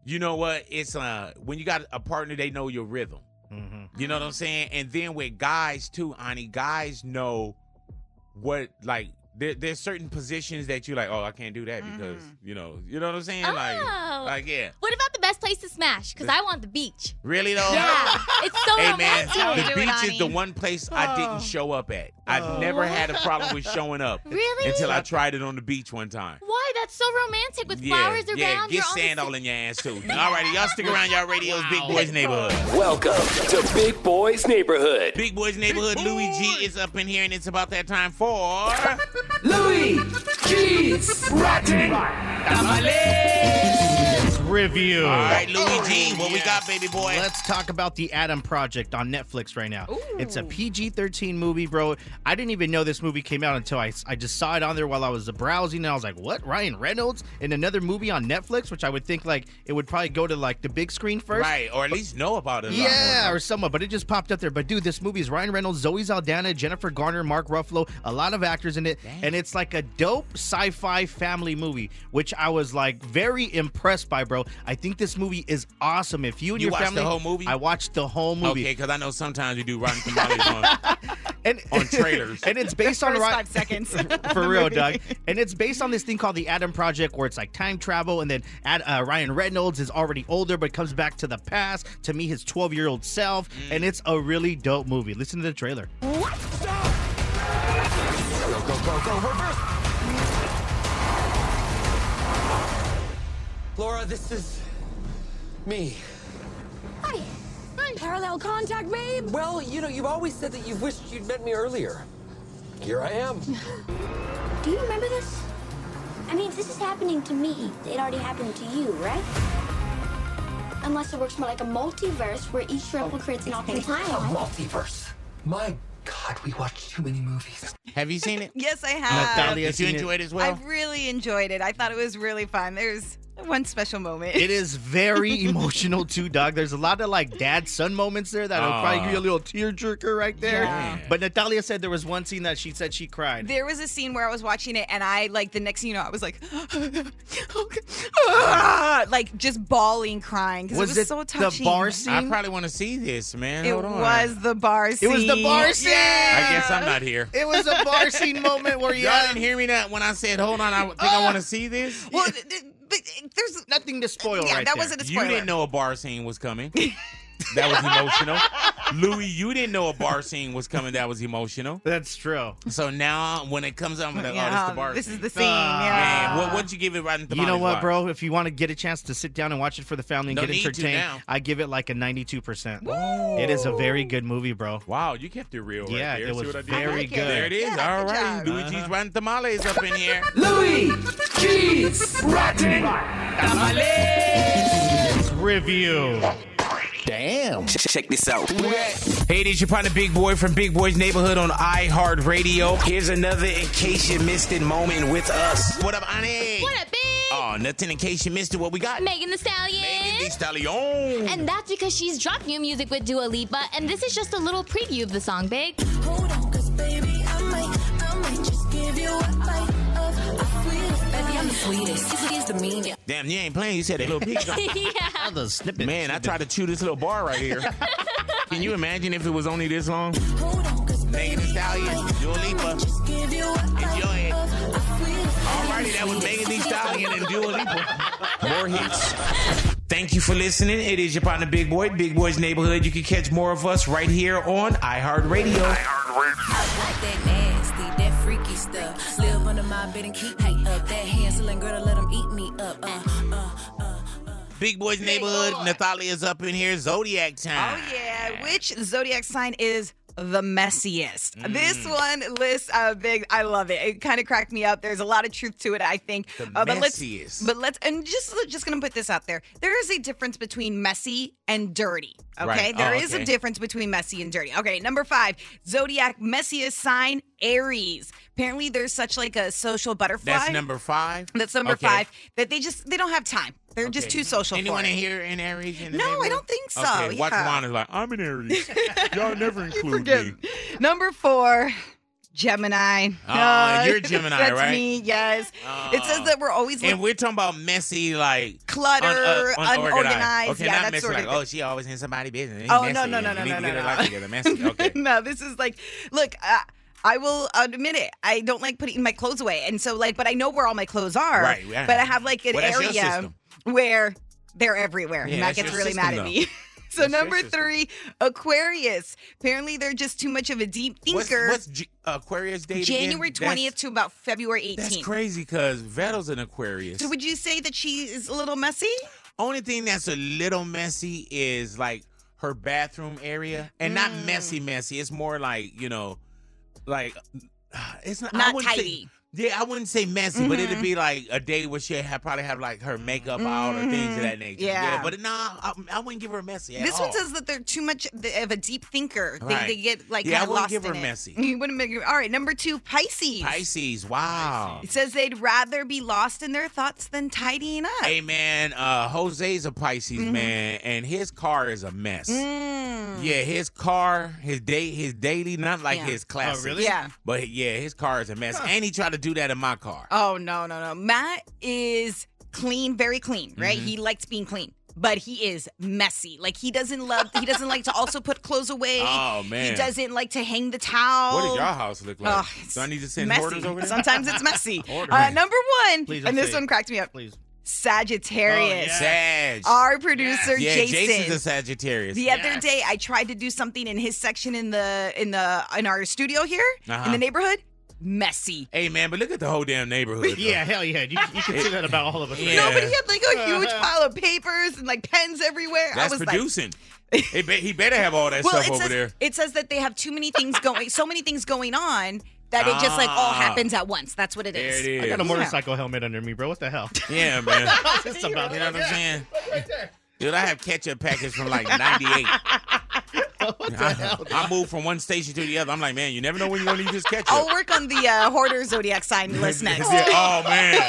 you know what? It's uh when you got a partner, they know your rhythm. You know what I'm saying? And then with guys too, Ani, guys know what like there, there's certain positions that you're like, oh, I can't do that because you know, you know what I'm saying? Mm-hmm. Oh. Like, like yeah, What about the best place to smash? Because I want the beach. really though. Yeah, it's so hey man, romantic. the beach is the one place I Oh. didn't show up at. I've never *laughs* had a problem with showing up. Really? Until I tried it on the beach one time. Why? That's so romantic with flowers around. yeah, you're get on the sand all in your ass too. All righty, y'all stick around y'all radios, Big Boys Neighborhood. Welcome to Big Boys Neighborhood. Big Boys Neighborhood, Louis G is up in here and it's about that time for Louis G's Rotten Tamales. Review. All right, Louis G, what we got, baby boy? Let's talk about the Adam Project on Netflix right now. It's a PG-13 movie, bro. I didn't even know this movie came out until I, I just saw it on there while I was browsing, and I was like, "What? Ryan Reynolds in another movie on Netflix?" Which I would think like it would probably go to like the big screen first, Right, or at least know about it. a lot more. yeah, or someone, but it just popped up there. But dude, this movie is Ryan Reynolds, Zoe Saldana, Jennifer Garner, Mark Ruffalo, a lot of actors in it, and it's like a dope sci-fi family movie, which I was like very impressed by, bro. I think this movie is awesome. If you and You your watched family, the whole movie? I watched the whole movie. Okay, because I know sometimes you do Rotten Tamales on, *laughs* on trailers. and it's based on First Ri- five seconds. *laughs* for real, movie. Doug. And it's based on this thing called the Adam Project, where it's like time travel, and then Ad, uh, Ryan Reynolds is already older, but comes back to the past to meet his 12 year old self, Mm. and it's a really dope movie. Listen to the trailer. Go, go, go, go, reverse. Laura, this is me. Hi. Parallel contact, babe. Well, you know, you've always said that you wished you'd met me earlier. Here I am. Do you remember this? I mean, if this is happening to me, it already happened to you, right? Unless it works more like a multiverse where each replicates an alternate Oh, A timeline. multiverse. My God, we watched too many movies. Have you seen it? Yes, I have. Natalia, Did you Uh, seen it? enjoy it as well? I really enjoyed it. I thought it was really fun. There's one special moment. It *laughs* is very emotional too, Doug. There's a lot of like dad son moments there that'll Aw. probably give you a little tearjerker right there. Yeah. But Natalia said there was one scene that she said she cried. There was a scene where I was watching it, and I like the next thing you know, I was like, *laughs* like just bawling, crying because it was so touching. I probably want to see this, man. It Hold on. was the bar scene. It was the bar scene. Yeah. I guess I'm not here. It was a bar scene moment where you Y'all didn't hear me that when I said, "Hold on, I think I want to see this." Well, th- th- but there's nothing to spoil. Yeah, right that there. wasn't a spoiler. You didn't know a bar scene was *laughs* coming. that was emotional. Louis, you didn't know a bar scene was coming. That was emotional. That's true. So now when it comes out, I'm like, Yeah, oh, this is the bar this scene. is the scene, yeah. Man, what, what'd you give it Rotten You Tomatoes? know what, wise? bro? If you want to get a chance to sit down and watch it for the family and No get need to entertained, now. I give it like a 92%. It is a very good movie, bro. Wow, you *laughs* kept it real right Yeah, there. it See was what I did? very good. Uh-huh. There it is. All right. Luigi's Rotten Tamales up in here. Louis G's Rotten Tamales. Review. Damn. Check this out. Hey, this your partner Big Boy from Big Boy's Neighborhood on iHeartRadio. Here's another in case you missed it moment with us. What up, Ani? What up, bitch? Oh, nothing in case you missed it. What we got? Megan the Stallion. Megan Thee Stallion. And that's because she's dropped new music with Dua Lipa, and this is just a little preview of the song, Big. Damn, you ain't playing. You said that little *laughs* piece. yeah. Other snippet. Man, I tried to chew this little bar right *laughs* here. Can you imagine if it was only this long? Megan Thee Stallion, Dua Lipa. Enjoy it. Alrighty, that was Megan Thee Stallion and Dua Lipa. More hits. Thank you for listening. It is your partner, Big Boy, Big Boy's Neighborhood. You can catch more of us right here on iHeartRadio. like that nasty, that freaky stuff. Live under my bed and keep me up. That Hansel and Gretel, let them eat me up. Uh, uh, Big Boy's Neighborhood. Nathalia's up in here. Zodiac time. Oh, yeah. Which zodiac sign is the messiest? Mm. This one lists uh, big. I love it. It kind of cracked me up. There's a lot of truth to it, I think. Uh, The but let's, messiest. but let's, and just just gonna put this out there. There is a difference between messy and dirty. Okay, Right. There Oh, is okay. a difference between messy and dirty. Okay, number five, zodiac messiest sign Aries. Apparently, there's such like a social butterfly. That's number five. That's number Okay. five. That they just they don't have time. They're just Okay. too social. Anyone for in it. here in Aries? In the no, I neighborhood? don't think so. Okay, watch yeah. Juan is like, I'm an *laughs* Aries. Y'all never include me. Number four, Gemini. Oh, *laughs* you're Gemini, that's right? me, yes. it says that we're always And looking we're talking about messy, like Clutter, un- uh, unorganized, Okay, yeah, not that messy, sort of like thing. oh, she always in somebody's business. Ain't Oh, messy. no, no, no, no, You need to no, no, get her no. life together. *laughs* Messy. Okay. no, this is like, look, uh, I will admit it. I don't like putting my clothes away, and so like, but I know where all my clothes are. Right, yeah. But I have like an Well, that's your area system. where they're everywhere, Yeah, and that that's gets your really system, mad at though. me. *laughs* So number three, Aquarius. Apparently, they're just too much of a deep What's, thinker. what's G- Aquarius date? again? January That's- twentieth to about February That's, eighteenth. crazy because Vettel's an Aquarius. So would you say that she is a little messy? Only thing that's a little messy is like her bathroom area, and not Mm. messy, messy. It's more like you know, like it's not, Mm-hmm. I Not wouldn't say- tidy. yeah, I wouldn't say messy, but it'd Mhm. be like a day where she'll have, probably have like her makeup out or things of that nature. Mm-hmm. Yeah. but no, I, um, I wouldn't give her messy. At This one all. says that they're too much th- of a deep thinker. They, Right. they get like Yeah, I kind of wouldn't lost give in her it. messy. *laughs* You wouldn't make all right. Number two, Pisces. Pisces. Wow. It says they'd rather be lost in their thoughts than tidying up. Hey man, uh, Jose's a Pisces Mm-hmm. man, and his car is a mess. Mm. Yeah, his car, his day, his daily, not like Yeah. his Oh, classic. really? Yeah. But yeah, his car is a mess, Huh. and he tried to do that in my car. Oh no, no, no. Matt is clean, very clean, right? Mhm. He likes being clean. But he is messy. Like he doesn't love. He doesn't like to also put clothes away. *laughs* Oh, man. He doesn't like to hang the towel. What does your house look like? Oh. Ugh, Do I need to send messy. orders over there? Sometimes *laughs* it's messy. Orders. Uh, number one, Please don't and this say one it. cracked me up. Please. Oh, Sagittarius. Sag. Our producer Oh, yeah, Oh, Jason. Jason's a Sagittarius. The other day, I tried to do something in his section in the in the in our studio here in Uh-huh. the neighborhood. Messy. Hey man, but look at the whole *laughs* damn neighborhood. Yeah, hell yeah. You, you can say that about all of us. Yeah. No, but he had like *laughs* a huge pile of papers and like pens everywhere. That's I was producing. He be- he better have all that like, well, stuff it over says there. it says that they have too many things going, so many things going on that it just like all Ah. happens at once. That's what it is. I got a Yeah. motorcycle helmet under me, bro. What the hell? *laughs* *laughs* Yeah, man. It's about You know what I'm saying? Dude, I have ketchup packets from *laughs* like 98. I, I moved from one station to the other. I'm like, man, you never know when you're going to need this ketchup. I'll work on the uh, hoarder *laughs* zodiac sign list next. Yeah, *laughs* Oh, man.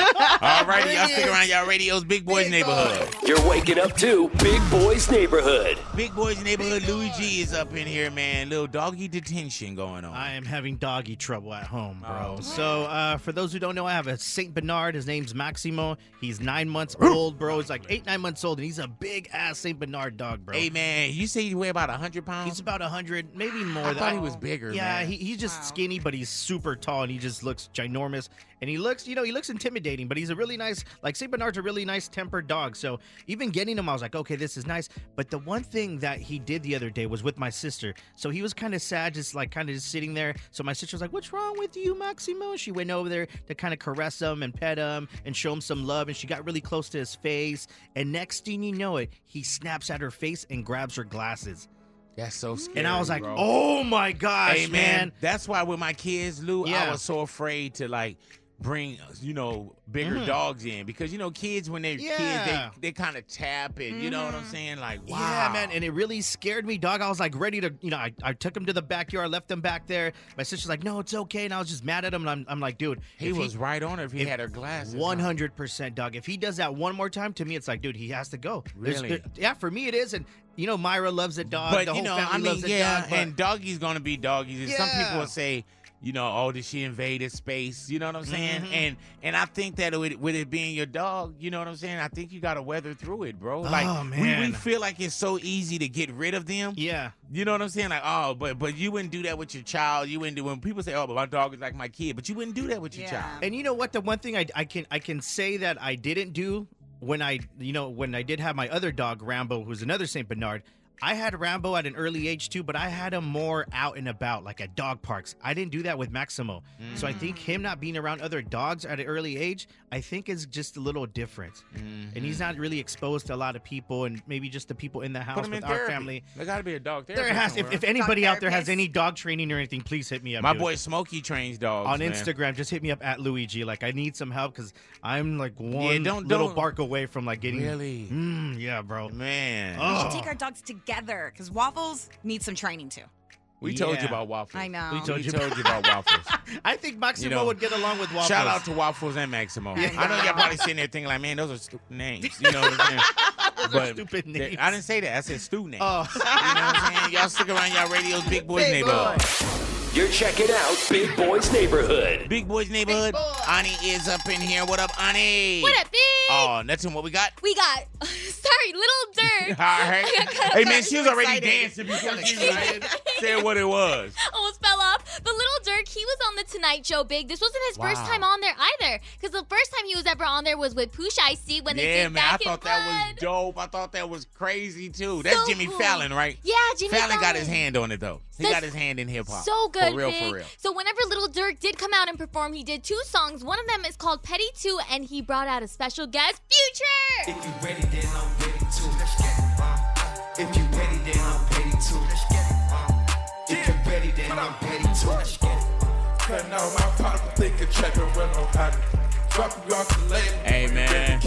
All righty, y'all stick around. Y'all radios, Big Boys Neighborhood. You're waking up to Big Boys Neighborhood. Big Boys Neighborhood, Louis G is up in here, man. Little doggy detention going on. I am having doggy trouble at home, bro. So, uh, for those who don't know, I have a Saint Bernard. His name's Maximo. He's nine months old, bro. He's like eight, nine months old, and he's a big ass Saint Bernard dog, bro. Hey, man, you say you weigh about 100 pounds? He's about 100, maybe more. I than- thought he was bigger, Oh, Yeah, man. he, he's just skinny, but he's super tall, and he just looks ginormous. And he looks, you know, he looks intimidating, but he's a really nice, like Saint Bernard's a really nice tempered dog. So even getting him, I was like, okay, this is nice. But the one thing that he did the other day was with my sister. So he was kind of sad, just like kind of just sitting there. So my sister was like, what's wrong with you, Maximo? She went over there to kind of caress him and pet him and show him some love, and she got really close to his face. And next thing you know it, he snaps at her face and grabs her glasses. That's so scary. And I was like, bro. oh my gosh, Hey, man. That's why with my kids, Lou, I Yeah. was so afraid to like bring you know bigger Mhm. dogs in because you know kids when they're Mm-hmm. Yeah. Mm-hmm. kids they, they kind of tap it. You know what I'm saying? Like wow, Yeah, man, and it really scared me, dog. I was like ready to, you know, I, I took him to the backyard, left him back there. My sister's like, no, it's okay, and I was just mad at him. And I'm, I'm like, dude, He was right on her if he had her glasses on. One hundred percent, dog. If he does that one more time to me, it's like, dude, he has to go. There's- Really? there- yeah, for me it is, and you know, Myra loves it, dog. Uh, the but whole you know, family I mean, loves it, yeah, dog, but- and doggies gonna be doggies. And Some people Yeah. will say, you know, oh, did she invade his space? You know what I'm saying? Mhm. And and I think that with, with it being your dog, you know what I'm saying. I think you gotta weather through it, bro. Like Oh, we- We, man. feel like it's so easy to get rid of them. Yeah. You know what I'm saying? Like oh, but but you wouldn't do that with your child. You wouldn't do when people say oh, but my dog is like my kid, but you wouldn't do that with your child. And you know what? The one thing I, I can I can say that I didn't do when I you know when I did have my other dog Rambo, who's another Saint Bernard. I had Rambo at an early age too, but I had him more out and about, like at dog parks. I didn't do that with Maximo. So I think him not being around other dogs at an early age, I think is just a little different. And he's not really exposed to a lot of people and maybe just the people in the Mm-hmm. Put house them in with our therapy. family. There gotta be a dog therapy. There has if, if anybody out there has any dog training or anything, please hit me up. my dude boy Smokey trains dogs on man. Instagram. Just hit me up at Luigi. Like I need some help because I'm like one don't- little don't- bark away from like getting Really? Mm, yeah, bro. Oh. Man, We should take our dogs together because waffles need some training too. We told you Yeah. about waffles. I know. We told you, about waffles. I think Maximo You know, would get along with waffles. Shout out to Waffles and Maximo. I know y'all probably sitting there thinking like, man, those are stupid names. You know *laughs* what I'm saying? but stupid they- I didn't say that. I said stupid names. Oh. You know what I'm saying? Y'all stick around y'all radio's Big Boys Big Neighborhood. You're checking out Big Boy's Neighborhood. Big Boys Neighborhood. Ani is up in here. What up, Ani? What up, Big? Oh, nothing. What we got? *laughs* We got *laughs* sorry, little All dirt. right. *laughs* I got cut Hey, off. man, *laughs* she *laughs* was already dancing excited. *laughs* before she even said what it was. almost fell off. But Little Dirk, he was on the Tonight Show big. This wasn't his first Wow. time on there either. Because the first time he was ever on there was with Poosh Icy when they yeah, did man, back I thought and that was dope. I thought that was crazy too. That's So Jimmy cool. Fallon, right? Yeah, Jimmy Fallon got his Fallon. hand on it though. He So- got his hand in hip hop. So good, for real, Big. for real. So whenever Little Dirk did come out and perform, he did two songs. One of them is called Petty Two, and he brought out a special guest, Future. If you ready, then I'm ready too. Let's get it. If you ready, then I'm ready too. Let's get it. If you ready, then I'm ready too. Let's get it. Cutting out my pot, I'm thinking trapping when I'm hot. Dropping you off the lane. Hey man,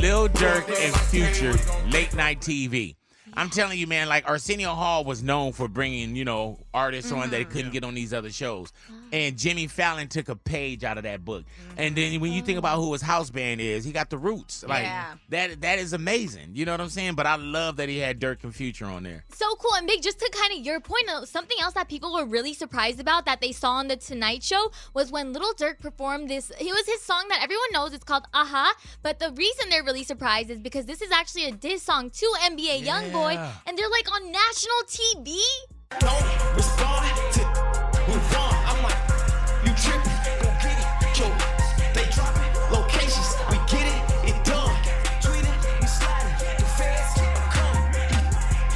Lil Durk and Future late night TV. I'm telling you, man. Like Arsenio Hall was known for bringing you know artists on that couldn't get on these other shows, and Jimmy Fallon took a page out of that book. And then when you think about who his house band is, he got the roots. Like Yeah. that, that is amazing. You know what I'm saying? But I love that he had Dirk and Future on there. So cool. And Big, just to kind of your point, uh, something else that people were really surprised about that they saw on the Tonight Show was when Little Dirk performed this. It was his song that everyone knows. It's called Aha. But the reason they're really surprised is because this is actually a diss song to NBA Youngboy. Yeah. And they're like on national TV. Don't respond to move on. I'm like, you tripping? Go get it, yo. They dropping locations. We get it, it done. Tweeting, we sliding. The feds come.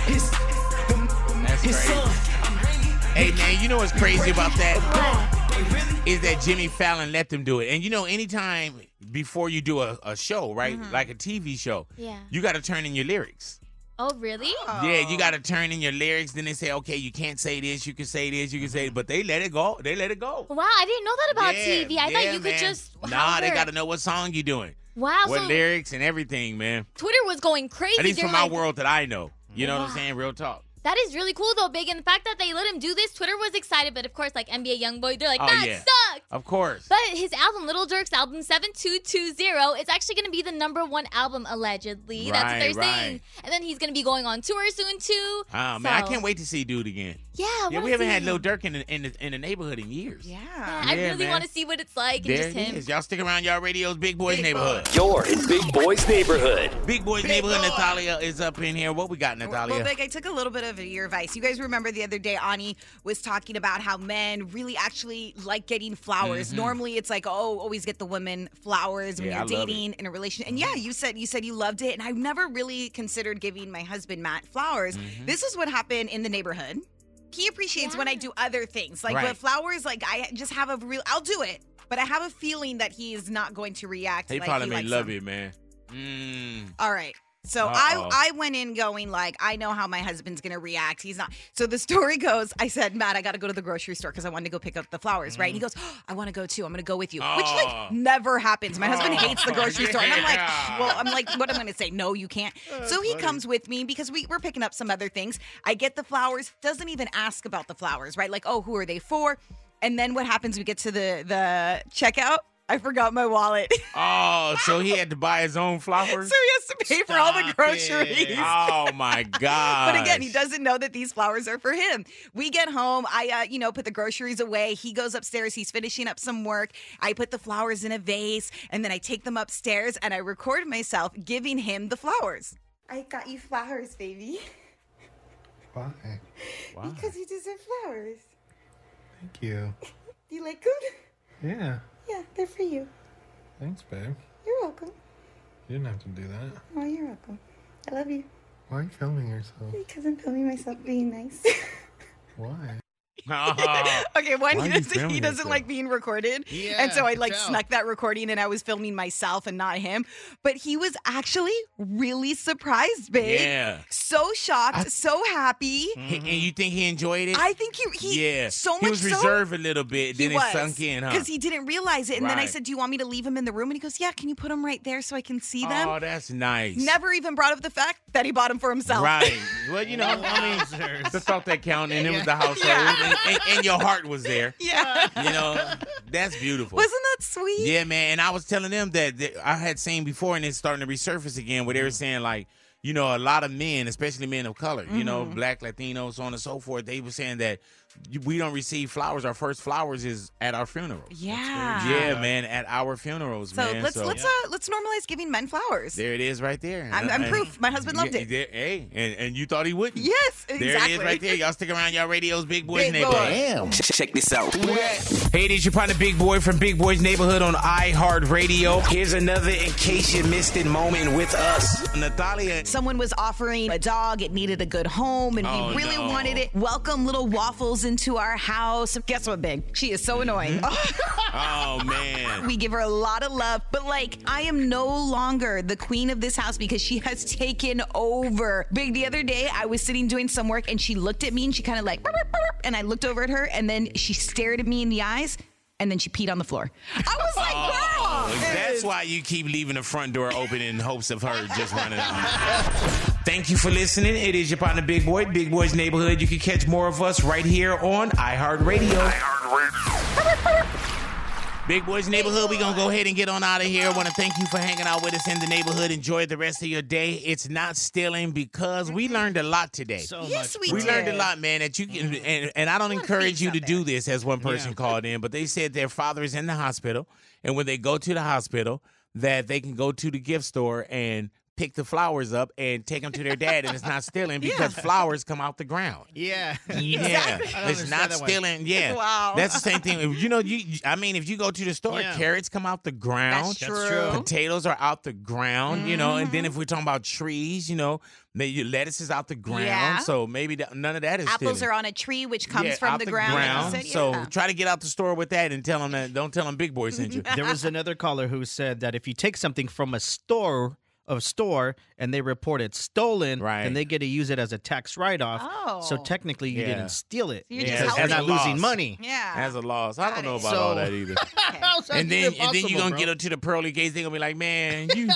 His, the, That's his crazy. son. I'm hanging. Hey man, you know what's crazy about that is that Jimmy Fallon let them do it. And you know, anytime before you do a, a show, right, like a TV show, Mm-hmm. Yeah. you got to turn in your lyrics. Oh, really? Yeah, you got Oh. to turn in your lyrics. Then they say, okay, you can't say this, you can say this, you can say, Mm-hmm. but they let it go. They let it go. Wow, I didn't know that about Yeah, TV. I yeah, thought you could man. just. Nah, they however- got to know what song you doing, Wow, what so lyrics and everything, man. Twitter was going crazy. At least They're from my like, world that I know. You know what I'm Wow. saying? Real talk. That is really cool though, Big. And the fact that they let him do this, Twitter was excited. But of course, like NBA YoungBoy, they're like, Oh, that yeah. sucks. Of course. But his album, Little Dirk's album 7220, it's actually going to be the number one album, allegedly. That's what Right, they're right. saying. And then he's going to be going on tour soon, too. Ah man, I So- can't wait to see dude again. Yeah, I yeah, wanna we haven't see had him. Lil Durk in the, in the, in the neighborhood in years. Yeah, I Yeah, really man. want to see what it's like and There just it him. is. Y'all stick around, y'all radios, Big Boys Neighborhood. You're in Big Boy's Neighborhood. Big Boys Neighborhood, Natalia is up in here. What we got, Natalia? Well, Vic, I took a little bit of your advice. You guys remember the other day, Ani was talking about how men really actually like getting flowers. Mhm. Normally, it's like, oh, always get the women flowers when Yeah, I you're love Mm-hmm. dating in a relationship. And yeah, you said you said you loved it, and I've never really considered giving my husband Matt flowers. Mm-hmm. This is what happened in the neighborhood. He appreciates when I do other things, like Right. with flowers. Like I just have a real, I'll do it, but I have a feeling that he is not going to react. he like probably he may likes love them. it, man. Mm. All right. So Uh-oh. I I went in going like I know how my husband's gonna react. He's not. So the story *laughs* goes. I said, Matt, I got to go to the grocery store because I wanted to go pick up the flowers, right? And he Mm. goes, "Oh, I want to go too. I'm gonna go with you, which Aw. like never happens. My husband Aw, hates the grocery store, and I'm like, Oh. yeah. well, I'm like, what am I gonna say? No, *laughs* you can't. so he comes with me because we we're picking up some other things. I get the flowers. Doesn't even ask about the flowers, right? Like, oh, who are they for? And then what happens? We get to the the checkout. I forgot my wallet. *laughs* Oh, so he had to buy his own flowers? So he has to pay for all the groceries. Oh my god! *laughs* But again, he doesn't know that these flowers are for him. We get home, I uh, you know, put the groceries away. He goes upstairs, he's finishing up some work. I put the flowers in a vase and then I take them upstairs and I record myself giving him the flowers. I got you flowers, baby. *laughs* Why? Why? Because you deserve flowers. *laughs* Thank you. Do you like them? Yeah. Yeah, they're for you. Thanks, babe. You're welcome. You didn't have to do that. Oh, you're welcome. I love you. Why are you filming yourself? Because I'm filming myself being nice. *laughs* Why? *laughs* okay, one, Why he are you doesn't, he filming doesn't yourself? like being recorded. Yeah, and so I I can like tell. snuck that recording and I was filming myself and not him. But he was actually really surprised, babe. Yeah. So shocked, so happy. He- and you think he enjoyed it? I think he, he yeah. so much he was so- reserved a little bit. Then it sunk in, huh? Because he didn't realize it. And then I Right. said, Do you want me to leave him in the room? And he goes, Yeah, can you put him right there so I can see them? Oh, that's nice. Never even brought up the fact that he bought him for himself. Right. Well, you know, I *laughs* mean, the thought that counted, and it was the household, and, and, and your heart was there. *laughs* *laughs* Yeah. You know, that's beautiful. Wasn't that sweet? Yeah, man. And I was telling them that, that I had seen before, and it's starting to resurface again, where they were Mm. saying like, you know, a lot of men, especially men of color, you know, Mm-hmm. Mhm. black, Latinos, so on and so forth, they were saying that you- we don't receive flowers. Our first flowers is at our funeral. Yeah. Yeah, man, at our funerals, So man. let's let's uh let's normalize giving men flowers. there it is right there. I'm- *laughs* I'm And- proof. My husband loved Yeah, it. there- hey, and, and you thought he wouldn't. Yes, There it is exactly. right there. Y'all stick around. Y'all radios, Big Boys Big Neighborhood. Boy. Damn. Ch- Check this out. Hey, it is your partner, Big Boy from Big Boys Neighborhood on iHeartRadio. Here's another in case you missed it moment with us. Natalia. Someone was offering a dog. It needed a good home, and Oh, we really no. wanted it. Welcome little waffles into our house. Guess what, Big? She is so annoying. *laughs* Oh, man. We give her a lot of love, but like, I am no longer the queen of this house because she has taken over. Big, the other day, I was sitting doing some work and she looked at me and she kind of like, "Burp, burp, burp," and I looked over at her and then she stared at me in the eyes and then she peed on the floor. I was like, Oh, that's why you keep leaving the front door open in hopes of her just running out. Thank you for listening. It is your partner, Big Boy, Big Boy's Neighborhood. You can catch more of us right here on iHeartRadio. Big Boys Neighborhood, we're going to go ahead and get on out of here. want to thank you for hanging out with us in the neighborhood. Enjoy the rest of your day. It's not stealing because we learned a lot today. Yes, we we did. learned a lot, man. That you can, and, and I don't encourage you to do this, as one person called in, but they said their father is in the hospital, and when they go to the hospital, that they can go to the gift store and pick the flowers up and take them to their dad, and it's not stealing because flowers come out the ground. Yeah. *laughs* Yeah, it's not stealing. Yeah, Wow. that's the same *laughs* thing. You know, you. I mean, if you go to the store, Yeah. carrots come out the ground. That's That's true. Mm-hmm. true. Potatoes are out the ground. You know, and then if we're talking about trees, you know, may- your lettuce is out the ground. Yeah. So maybe th- none of that is. Apples stealing. are on a tree, which comes Yeah, from out the, ground. like you said, So yeah. try to get out the store with that and tell them that. Don't tell them Big Boy sent you. *laughs* there was another caller who said that if you take something from a store of store and they report it stolen, right. then they get to use it as a tax write off. So Oh. technically you Yeah. didn't steal it. You're because just you're not helping. losing Loss. money. Yeah. As a loss, I don't know about So- all *laughs* that either. and then and then you impossible, gonna bro. get up to the pearly gates. They gonna be like, man, *laughs* you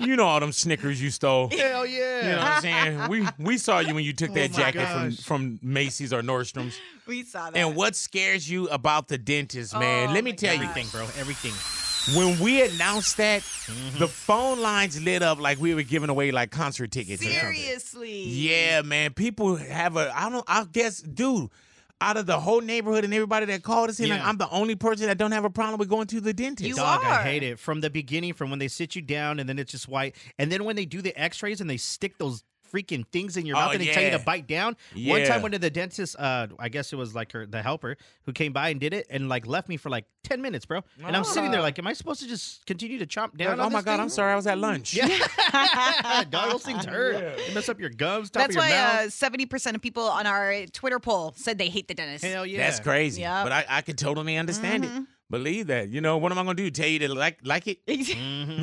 you know all them Snickers you stole. Hell yeah. You know what I'm saying? We we saw you when you took *laughs* Oh that my jacket from, gosh. from Macy's or Nordstrom's. we saw that. And what scares you about the dentist, man? Oh Let me my tell you. Everything, bro. Everything. When we announced that, Mm-hmm. the phone lines lit up like we were giving away like concert tickets. or something. Seriously. Yeah, man. People have a. I don't. I guess, dude. Out of the whole neighborhood and everybody that called us in, like, Yeah. I'm the only person that don't have a problem with going to the dentist. Dog, I hate it. From the beginning, from when they sit you down and then it's just white. And then when they do the x rays and they stick those freaking things in your Oh, mouth and they tell you to yeah. bite down. One Yeah. time, one of the dentists, uh, I guess it was like her, the helper, who came by and did it and like left me for like 10 minutes, bro. And I'm sitting there Oh. like, am I supposed to just continue to chomp down? Like, oh my God, I'm sorry, I was at lunch. *laughs* *laughs* Yeah. Dog, those things hurt. They mess up your gums, top That's of your why mouth. uh, 70% of people on our Twitter poll said they hate the dentist. Hell That's crazy. Yep. Mm-hmm. But I, I could totally understand it. Believe that. You know, what am I going to do? Tell you to like like it? Mm-hmm.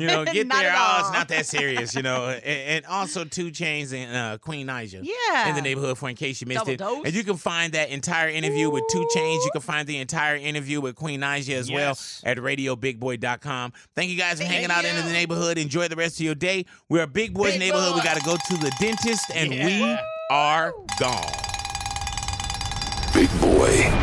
*laughs* You know, get Not there. at Oh, all. it's *laughs* not that serious, you know. and, and also Two Chains and uh, Queen Naija. Yeah. In the neighborhood for in case you missed Double it. dose. And you can find that entire interview with Two Chains. You can find the entire interview with Queen Naija as well at radiobigboy.com. Thank you guys for hanging out in the neighborhood. Enjoy the rest of your day. We're a Big Boys Big neighborhood. We boy. got to go to the dentist and we are gone. Big Boy